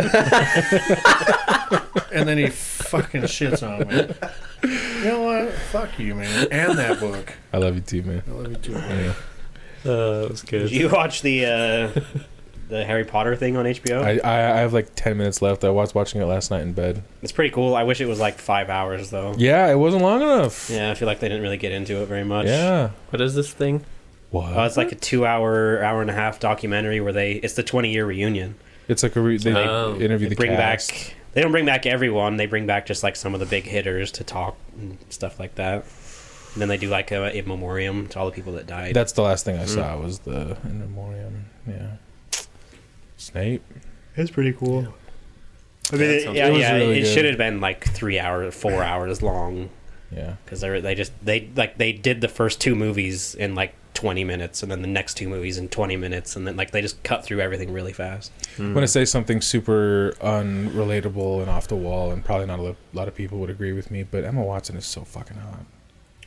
and then he fucking shits on me. You know what? Fuck you, man. And that book.
I love you too, man.
I love you too.
Yeah.
Man.
Uh, it was good.
Did you watch the uh, the Harry Potter thing on HBO?
I, I I have like ten minutes left. I was watching it last night in bed.
it's pretty cool. I wish it was like five hours though. Yeah.
Yeah, it wasn't long enough.
I feel like they didn't really get into it very much.
Yeah.
What is this thing?
What?
Uh, it's like a two-hour, hour and a half documentary where they—it's the twenty-year reunion.
it's like a re- they
Oh.
interview
They
the
bring
cast.
back. They don't bring back everyone. They bring back just like some of the big hitters to talk and stuff like that. And then they do like a, a memoriam to all the people that died.
That's the last thing I
Mm.
saw was the in memoriam. Yeah. Snape.
That's pretty cool. I
Yeah,
mean,
that
it-
sounds
yeah,
good. It was
yeah,
really
it
good.
should have been like three hours, four hours long
Yeah.
because they were- they just they like they did the first two movies in like twenty minutes, and then the next two movies in twenty minutes, and then like they just cut through everything really fast.
I'm gonna say something super unrelatable and off the wall, and probably not a lo- lot of people would agree with me. But Emma Watson is so fucking hot.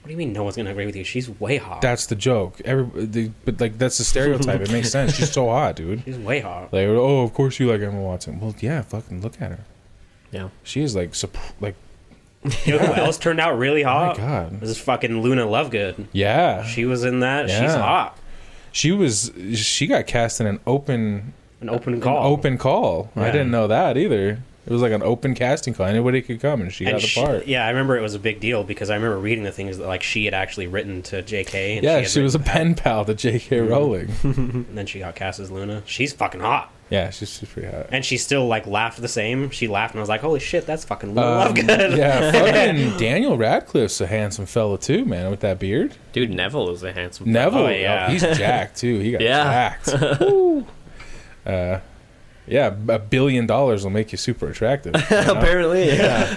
What do you mean? No one's gonna agree with you. She's way hot.
That's the joke. Every the, but like that's the stereotype. it makes sense. She's so hot, dude.
She's way hot.
Like oh, of course you like Emma Watson. Well, yeah, fucking look at her.
Yeah.
She is like sup- like
You know who else turned out really
Oh
hot?
my god.
This is fucking Luna Lovegood.
Yeah. She,
Uh, She was in that. She's
Yeah.
hot.
was she got cast in an open
An open
an
call.
open call. I
Yeah.
didn't know that either. It was like an open casting call. Anybody could come and she
And
got the
she-
part.
yeah, I remember it was a big deal because I remember reading the things that like she had actually written to J.K. And
yeah,
had Mm-hmm.
she, was a
written
pen pal to J.K. Rowling.
back, and then she got cast as Luna. She's fucking hot,
yeah, she's, she's pretty hot.
and she still like laughed the same. She laughed, and I was like, "Holy shit, that's fucking Luna
Um,
Lovegood."
yeah, fucking Daniel Radcliffe's a handsome fella too, man, with that beard.
Dude, Neville is a handsome.
Neville,
Oh, yeah.
oh, he's jacked too. He got
Yeah.
jacked. Woo. uh, yeah, a billion dollars will make you super attractive. you know?
Apparently, yeah.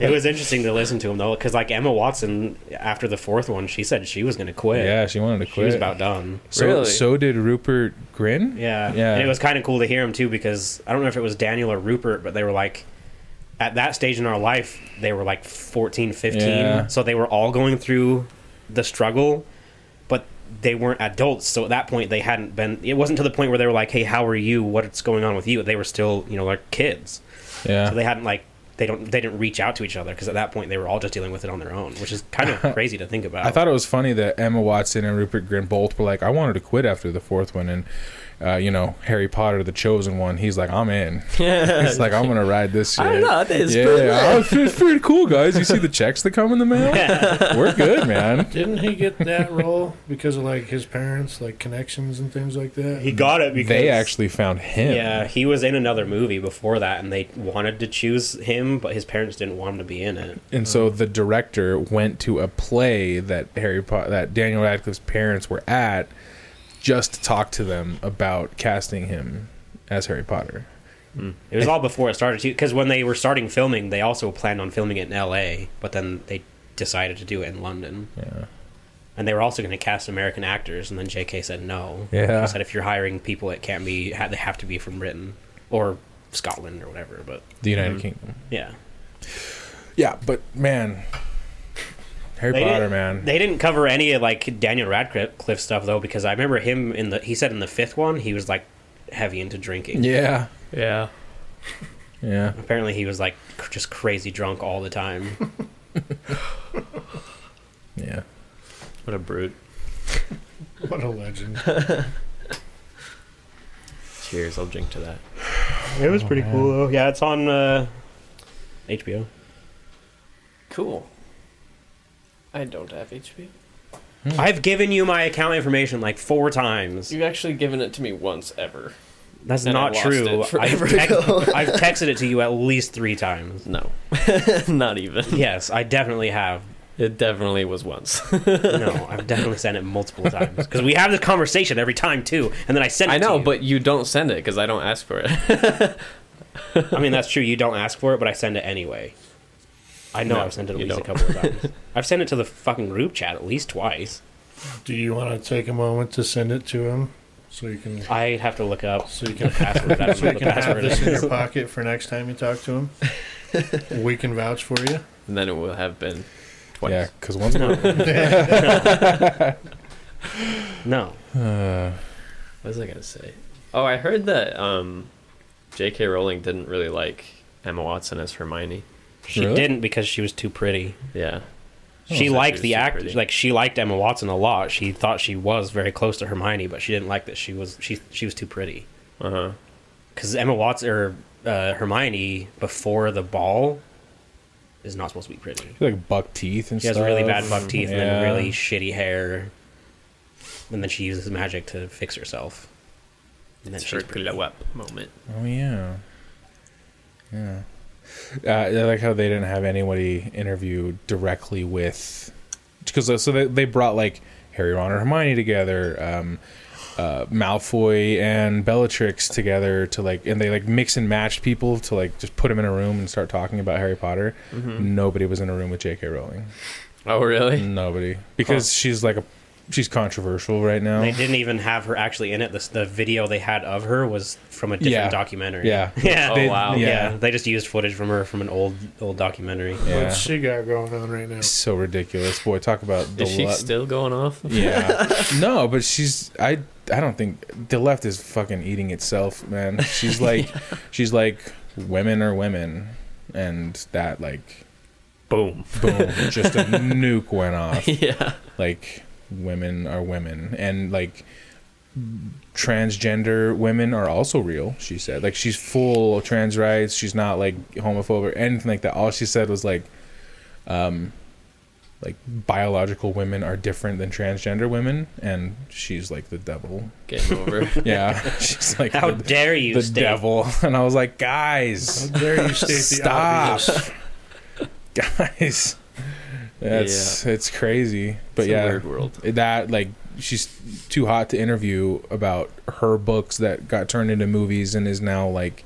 It was interesting to listen to him though, because like Emma Watson, after the fourth one, she said she was going to quit.
Yeah, she wanted to quit.
she was about done.
So
Really?
so did Rupert Grin.
Yeah.
Yeah.
And it was kind of cool to hear him too because I don't know if it was Daniel or Rupert, but they were like, at that stage in our life, they were like 14, 15.
Yeah.
So they were all going through the struggle, but they weren't adults. So at that point, they hadn't been, it wasn't to the point where they were like, hey, how are you? What's going on with you? They were still, you know, like kids.
Yeah.
So they hadn't like, they don't. They didn't reach out to each other because at that point they were all just dealing with it on their own, which is kind of crazy to think about.
I thought it was funny that Emma Watson and Rupert Grin both were like, I wanted to quit after the fourth one. And, uh, you know, Harry Potter, the chosen one, he's like, I'm in. It's like, I'm going to ride this shit.
I don't know. I think it's
yeah,
pretty
yeah. Oh, it's pretty, pretty cool, guys. You see the checks that come in the mail? We're good, man.
Didn't he get that role because of like his parents, like connections and things like that?
he got it because
They actually found him.
Yeah, he was in another movie before that, and they wanted to choose him, but his parents didn't want him to be in it.
And so
Mm.
the director went to a play that Harry Potter, that Daniel Radcliffe's parents were at, just to talk to them about casting him as Harry Potter.
It was all before it started, too, because when they were starting filming, they also planned on filming it in L.A., but then they decided to do it in London.
Yeah.
and they were also going to cast American actors, and then J.K. said no.
Yeah.
he said if you're hiring people, it can't be ha- they have to be from Britain or Scotland or whatever. But
The United
Mm-hmm.
Kingdom.
yeah,
Yeah, but man, Harry
They
Potter,
didn't-
man.
They didn't cover any of like Daniel Radcliffe stuff though, because I remember him in the. He said in the fifth one he was like heavy into drinking.
yeah,
Yeah.
yeah.
Apparently he was like cr- just crazy drunk all the time.
Yeah.
What a brute.
What a legend.
Cheers. I'll drink to that.
it was pretty cool though. Yeah, it's on uh, HBO.
Cool. I don't have HP.
I've given you my account information like four times.
You've actually given it to me once ever.
That's
And I
not
lost
true.
it
I've,
forever
tex-
ago.
I've texted it to you at least three times.
No. Not even.
Yes, I definitely have.
It definitely was once.
No, I've definitely sent it multiple times because we have this conversation every time too, and then I send. It
I
to
know,
you.
but you don't send it because I don't ask for it.
I mean that's true. You don't ask for it, but I send it anyway. I know
No,
I've sent it at
you
least a
don't.
couple of times. I've sent it to the fucking group chat at least twice.
Do you want to take a moment to send it to him so you can
I have to look up
so you
the
can
password. I don't
so
know
you
the
can have
password.
this in
is.
your pocket for next time you talk to him? we can vouch for you.
and then it will have been twice.
Yeah, because once. uh,
No,
What was I gonna say? Oh, I heard that um, J.K. Rowling didn't really like Emma Watson as Hermione.
she
Really?
didn't because she was too pretty.
Yeah,
She
Oh.
liked
She was
the
too
act,
pretty.
like she liked Emma Watson a lot. She thought she was very close to Hermione, but she didn't like that she was she she was too pretty.
uh huh.
Because Emma Watson or uh, Hermione before the ball is not supposed to be pretty.
like buck teeth and
She
stuff.
has really bad buck teeth and then
Yeah.
really shitty hair. And then she uses magic to fix herself. And then
It's her
she's pretty
glow up moment.
Oh yeah, yeah. Uh, I like how they didn't have anybody interview directly with because so they, they brought like Harry, Ron, or Hermione together, um, uh, Malfoy and Bellatrix together to like, and they like mix and matched people to like just put them in a room and start talking about Harry Potter.
Mm-hmm.
Nobody was in a room with J.K. Rowling.
Oh
Mm,
really?
Nobody because she's like a she's controversial right now.
They didn't even have her actually in it. The, the video they had of her was from a different
Yeah.
documentary.
Yeah.
Yeah.
Oh,
They-
wow.
Yeah.
Yeah.
They just used footage from her from an old old documentary.
Yeah.
What's she got going on right now?
So ridiculous, boy! Talk about the
Is she
lo-
still going off?
Yeah. no, but she's I I don't think the left is fucking eating itself, man. She's like she's like women are women and that like
Boom.
boom just a nuke went off.
yeah.
Like women are women and like transgender women are also real, she said. Like she's full trans rights, she's not like homophobic or anything like that. All she said was like um like biological women are different than transgender women and she's like the devil.
Game over.
Yeah. she's like
How
the,
dare you,
the
State.
devil. And I was like, guys,
How dare you state the
Stop.
obvious?
guys. That's it's crazy. But
It's a
yeah.
weird world.
that like she's too hot to interview about her books that got turned into movies and is now like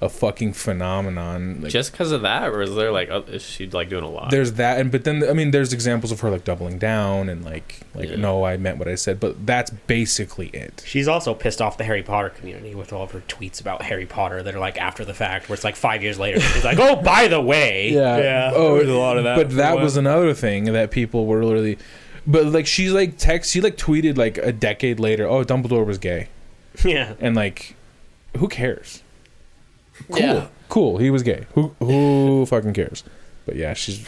a fucking phenomenon. Like,
Just because of that, or is there like oh, is she like doing a lot?
there's that, and but then I mean, there's examples of her like doubling down and like like
Yeah.
no, I meant what I said, but that's basically it.
She's also pissed off the Harry Potter community with all of her tweets about Harry Potter that are like after the fact, where it's like five years later. She's like, oh, by the way.
Yeah,
Oh,
there was a lot of that
But
for a
that
while.
was another thing that people were literally. But like she's like text, she like tweeted like a decade later. Oh, Dumbledore was gay,
Yeah.
and like, who cares? Cool,
Yeah.
cool. He was gay. Who who fucking cares? But yeah, she's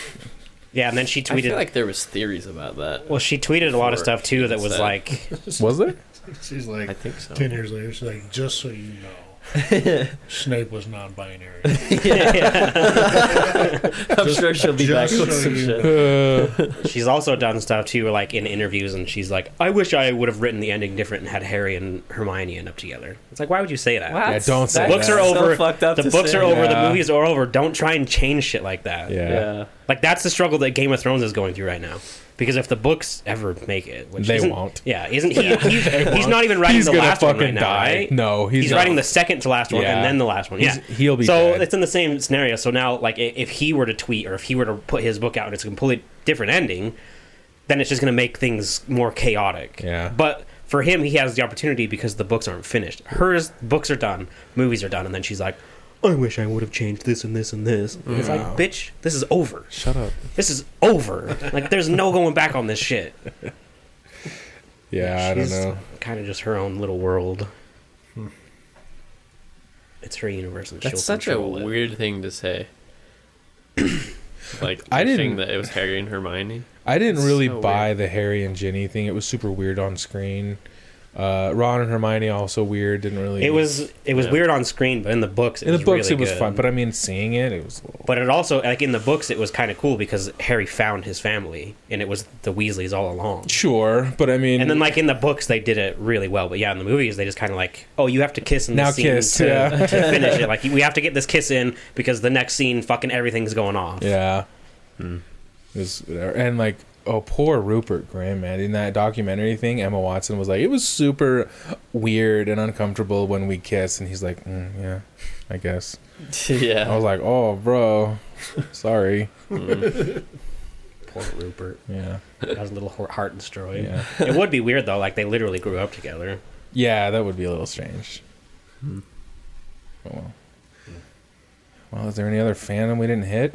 Yeah. And then she
I
tweeted.
feel like there was theories about that.
well, she tweeted a lot of
Before
stuff too that
she
was
said.
like,
was there?
She's
I
like
think so.
ten years later. She's like, just so you know, Snape was non-binary.
I'm sure she'll be back
just
with
so
some
you
shit.
Uh,
she's also done stuff too, where, like in interviews, and she's like, I wish I would have written the ending different and had Harry and Hermione end up together. It's like, why would you say that?
Wow,
Yeah, don't say
The books
that's
are
so
over.
fucked up
the
to
books
say.
are over.
Yeah.
The movies are over. Don't try and change shit like that.
yeah.
Yeah.
Like that's the struggle that Game of Thrones is going through right now. Because if the books ever make it, which
They
isn't-
won't.
Yeah, isn't he? He's, he's not even writing
He's
the
gonna
last one right
fucking
now,
die.
right?
No, he's
he's
not.
writing the second to last one
Yeah.
and then the last one. Yeah,
He's- he'll be
So
dead.
it's in the same scenario. So now, like, i- if he were to tweet or if he were to put his book out and it's a completely different ending, then it's just going to make things more chaotic.
Yeah.
But for him, he has the opportunity because the books aren't finished. Hers books are done, movies are done, and then she's like, "I wish I would have changed this and this and this."
Mm-hmm.
And It's like, bitch, this is over.
Shut up.
This is over. like, there's no going back on this shit.
Yeah, I don't know.
Kind of just her own little world. It's her universe, and she'll
That's such a
control it.
weird thing to say. like
I
I
didn't-
didn't that it was Harry and Hermione.
I didn't
It's
really
so
buy the Harry and Ginny thing. It was super weird on screen. Uh, Ron and Hermione also weird. Didn't really.
It was it was
Yeah.
weird on screen, but in the books, it
in the
was
books.
really
it was
good.
fun, but I mean, seeing it, it was. A little,
But it also like in the books, it was kind of cool because Harry found his family, and it was the Weasleys all along.
sure, but I mean,
And then like in the books, they did it really well. But yeah, in the movies, they just kind of like, oh, you have to kiss in the
Now
scene
kiss,
to,
yeah.
to finish it. Like we have to get this kiss in because the next scene, fucking everything's going off.
yeah,
Hmm.
it was whatever. And like, oh, poor Rupert Graham, man. In that documentary thing, Emma Watson was like, it was super weird and uncomfortable when we kissed, and he's like, mm, yeah, I guess. I
yeah.
was like, oh, bro, sorry.
Poor Rupert,
Yeah,
that was a little heart- heart destroyed.
yeah,
It would be weird though. Like they literally grew up together.
yeah. That would be a little strange. Oh, well. Well, is there any other fandom we didn't hit?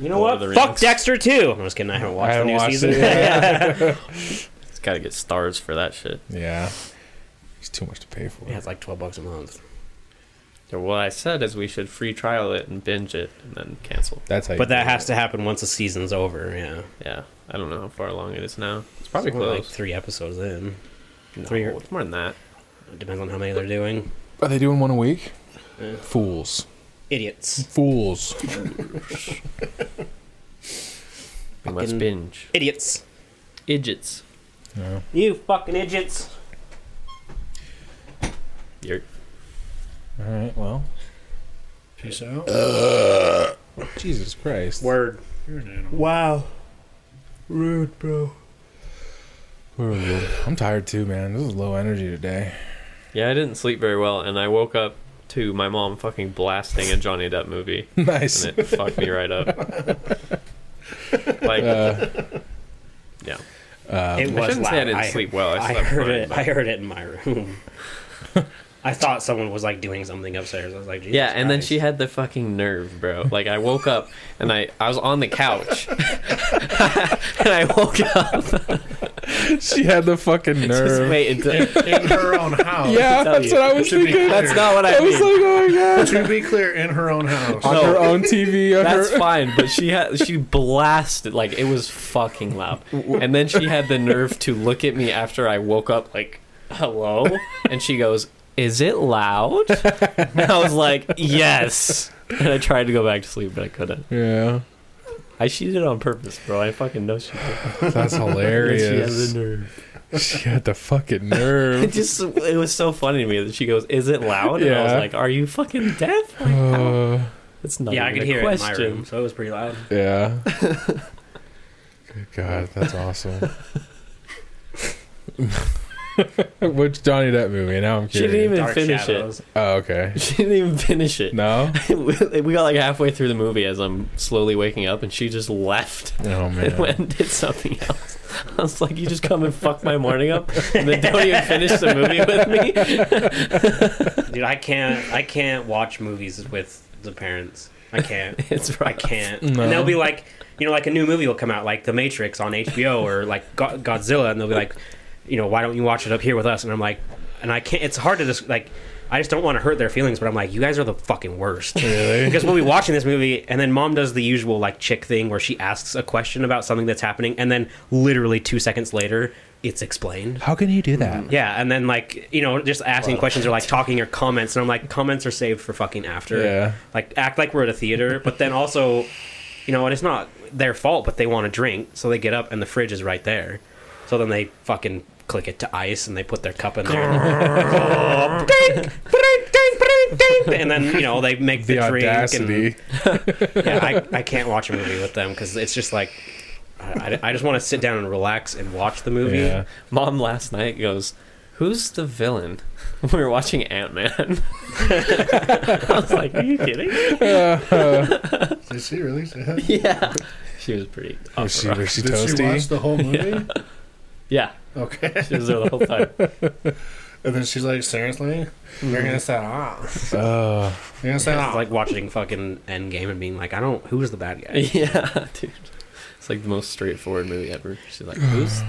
You know
Lord of
what?
the
Fuck
Rings.
Dexter too. I'm just kidding. I haven't watched
I haven't
the new
watched
season.
it yet.
Oh. It's got to get stars for that shit.
yeah, it's too much to pay for.
yeah, it's like twelve bucks a month.
So what I said is we should free trial it and binge it and then cancel.
That's how.
But that has to happen once the season's over. Yeah,
Yeah. I don't know how far along it is now. It's probably
We're like
close.
three episodes in.
No,
three or-
it's more than that.
It depends on how many they're doing.
Are they doing one a week?
Yeah.
Fools.
Idiots.
Fools.
We must
Fucking-
binge.
Idiots.
Idgits.
No.
You fucking idiots.
You're
All right. Well.
Peace out.
Jesus Christ.
Word.
"Oh, You're an animal.
Wow. Rude, bro.
Where are we? I'm tired too, man. This is low energy today.
Yeah, I didn't sleep very well, and I woke up to my mom fucking blasting a Johnny Depp movie,
nice.
and it fucked me right up. Like,
Uh,
it
yeah, Um,
was
I shouldn't
loud.
say I didn't sleep well. I
I
slept
heard
fine,
it.
but-
I heard it in my room. I thought someone was like doing something upstairs. I was like, Jesus
yeah, and then
Christ.
she had the fucking nerve, bro. Like, I woke up and I I was on the couch, and I woke up.
she had the fucking
Just
nerve.
wait until.
in her own house.
Yeah,
tell
that's
you.
what I was
Should be
thinking.
clear.
That's not what I
I was
mean.
like, oh my god.
To be clear, in her own house.
On
No.
her own TV. On
That's
her...
fine, but she had she blasted like it was fucking loud. And then she had the nerve to look at me after I woke up like, "Hello?" And she goes, "Is it loud?" And I was like, "Yes." And I tried to go back to sleep, but I couldn't.
Yeah.
I she did it on purpose, bro. I fucking know she did.
That's
And she had
hilarious.
the nerve.
she had the fucking
It
nerve.
just it was so funny to me that she goes, "Is it loud?" And I was
Yeah.
like, "Are you fucking deaf?" Like, how?
Uh,
It's not
Yeah, I
even
could
a
hear
question.
it in my room, so it was pretty loud.
Yeah. Good God, that's awesome. Which Johnny Depp movie? Now I'm
She didn't
curious.
even finish
shadows.
Oh, okay.
it. She didn't even finish it.
No.
we we got like halfway through the movie as I'm slowly waking up, and she just left
Oh
and went
man.
and did something else. I was like, "You just come and fuck my morning up, and then don't even finish the movie with me."
Dude, I can't. I can't watch movies with the parents. I can't.
It's
I
right.
can't.
No.
And they'll be like, you know, like a new movie will come out, like The Matrix on HBO or like Go- Godzilla, and they'll be like, you know, why don't you watch it up here with us? And I'm like, and I can't. It's hard to just like. I just don't want to hurt their feelings, but I'm like, you guys are the fucking worst.
Really?
because we'll be watching this movie, and then mom does the usual like chick thing where she asks a question about something that's happening, and then literally two seconds later, it's explained.
How can you do that?
Yeah, and then like you know, just asking questions or like talking or comments, and I'm like, comments are saved for fucking after.
Yeah.
Like act like we're at a theater, but then also, you know, and it's not their fault, but they want to drink, so they get up and the fridge is right there, so then they fucking click it to ice and they put their cup in there. Dink, brink, dink, brink, dink. and then you know they make the,
The
drink
audacity.
and yeah, I, I can't watch a movie with them because it's just like I, I I just want to sit down and relax and watch the movie.
Yeah.
Mom last night goes, "Who's the villain?" We were watching Ant Man. I was like, "Are you kidding?"
Uh,
They Did she really say that?
yeah. She was pretty.
Was she, was she
Did she
toasty?
watch the whole movie?
Yeah.
Okay.
She was there the whole time.
And then she's like, seriously? You're going to set off.
Oh,
You're going to set
It's
off.
like watching fucking Endgame and being like, I don't. Who was the bad guy?
yeah, dude. It's like the most straightforward movie ever. She's like, who's.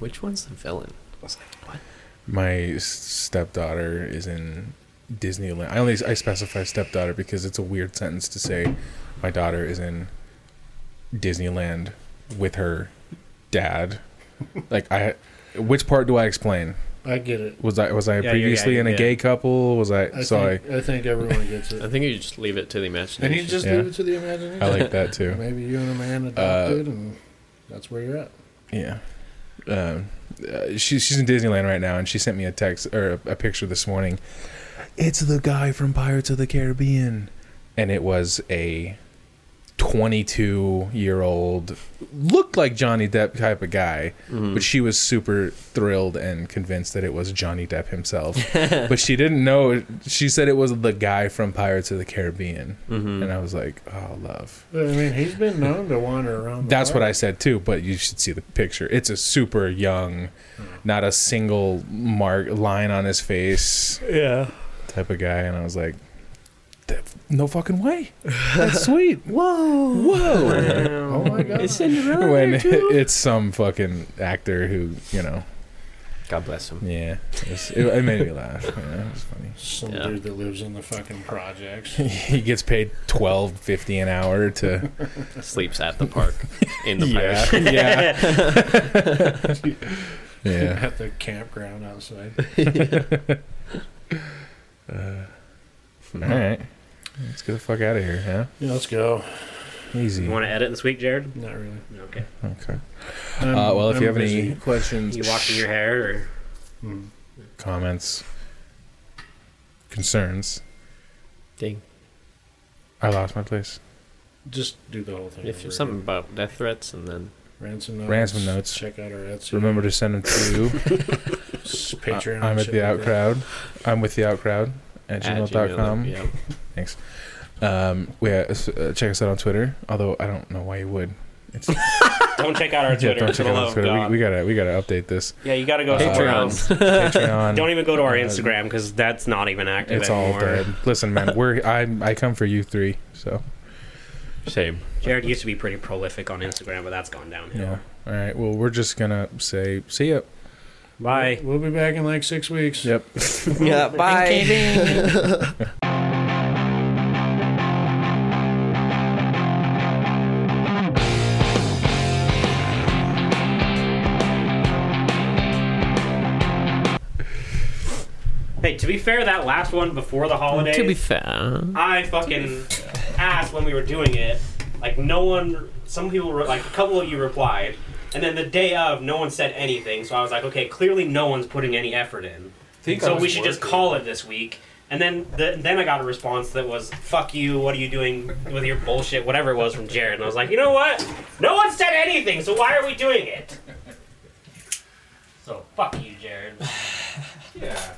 Which one's the villain? I was like, what?
my s- stepdaughter is in Disneyland. I only I specify stepdaughter because it's a weird sentence to say. My daughter is in Disneyland with her dad. like I, which part do I explain?
I get it.
Was I was I
yeah,
previously
yeah,
in a
yeah.
gay couple? Was I,
I
so I,
think, I think everyone gets
I
it.
think you just leave it to the
And
imagination.
you just
Yeah.
leave it to the imagination.
I like that too. Uh,
Maybe you and a man adopted, and that's where you're at.
Yeah. Um, uh, she, she's in Disneyland right now, and she sent me a text or a, a picture this morning. It's the guy from Pirates of the Caribbean, and it was a 22 year old, looked like Johnny Depp type of guy,
Mm-hmm. Hmm.
but she was super thrilled and convinced that it was Johnny Depp himself. but she didn't know. She said it was the guy from Pirates of the Caribbean,
Mm-hmm. Hmm.
and I was like, "Oh, love."
I mean, he's been known to wander around.
That's what I said too, but you should see the picture. It's a super young,
Hmm.
not a single mark line on his face
yeah.
type of guy, and I was like, "That- "No fucking way! That's sweet! Whoa, whoa!"
I. Oh my god!
Cinderella.
when it's some fucking actor who you know,
God bless him.
yeah, it, was- it- it made me laugh. Yeah, it was funny.
Some
Yeah.
dude that lives in the fucking projects.
He gets paid twelve fifty an hour to
Sleeps at the park. In the
yeah,
park.
yeah, yeah.
At the campground outside.
All right, let's get the fuck out of here, huh?
Yeah, let's go.
Easy.
You want to edit this week, Jared?
Not really.
Okay.
Okay.
I'm-
Uh, well, if you
I'm
have any
busy.
questions,
You washing your hair or
Mm.
comments, concerns,
Ding.
I lost my place.
just do the whole thing.
If
over
there's something about death threats and then.
again. ransom notes,
Ransom notes.
check out our Etsy.
Remember to send them to
S-
I-
Patreon.
I'm at
shit
the
like
out
that.
crowd. I'm with the out crowd at
at
gmail.com.
Yeah.
Um, yeah, s- uh, check us out on Twitter. Although I don't know why you would. It's, yeah,
don't check out our Twitter.
don't
for
check
the
out
love
on
of
Twitter. Oh,
God.
We, we gotta we gotta update this.
yeah, you got to go
Uh,
somewhere
Patreon.
else.
Patreon.
Don't even go to our
Uh,
Instagram because that's not even active
It's all
anymore.
dead. Listen, man, we're I I come for you three. So
Same.
Jared used to be pretty prolific on Instagram, but that's gone downhill.
yeah. All right. Well, we're just gonna say see ya.
Bye.
We'll be back in like six weeks.
Yep.
Yeah. Bye.
Hey, to be fair, that last one before the holidays,
To be fair.
I fucking asked when we were doing it. Like no one, some people were like a couple of you replied, and then the day of, no one said anything. So I was like, okay, clearly no one's putting any effort in. so we should just call it this week. And then the, then I got a response that was "fuck you," what are you doing with your bullshit, whatever it was from Jared. And I was like, you know what? No one said anything, so why are we doing it? So fuck you, Jared.
Yeah.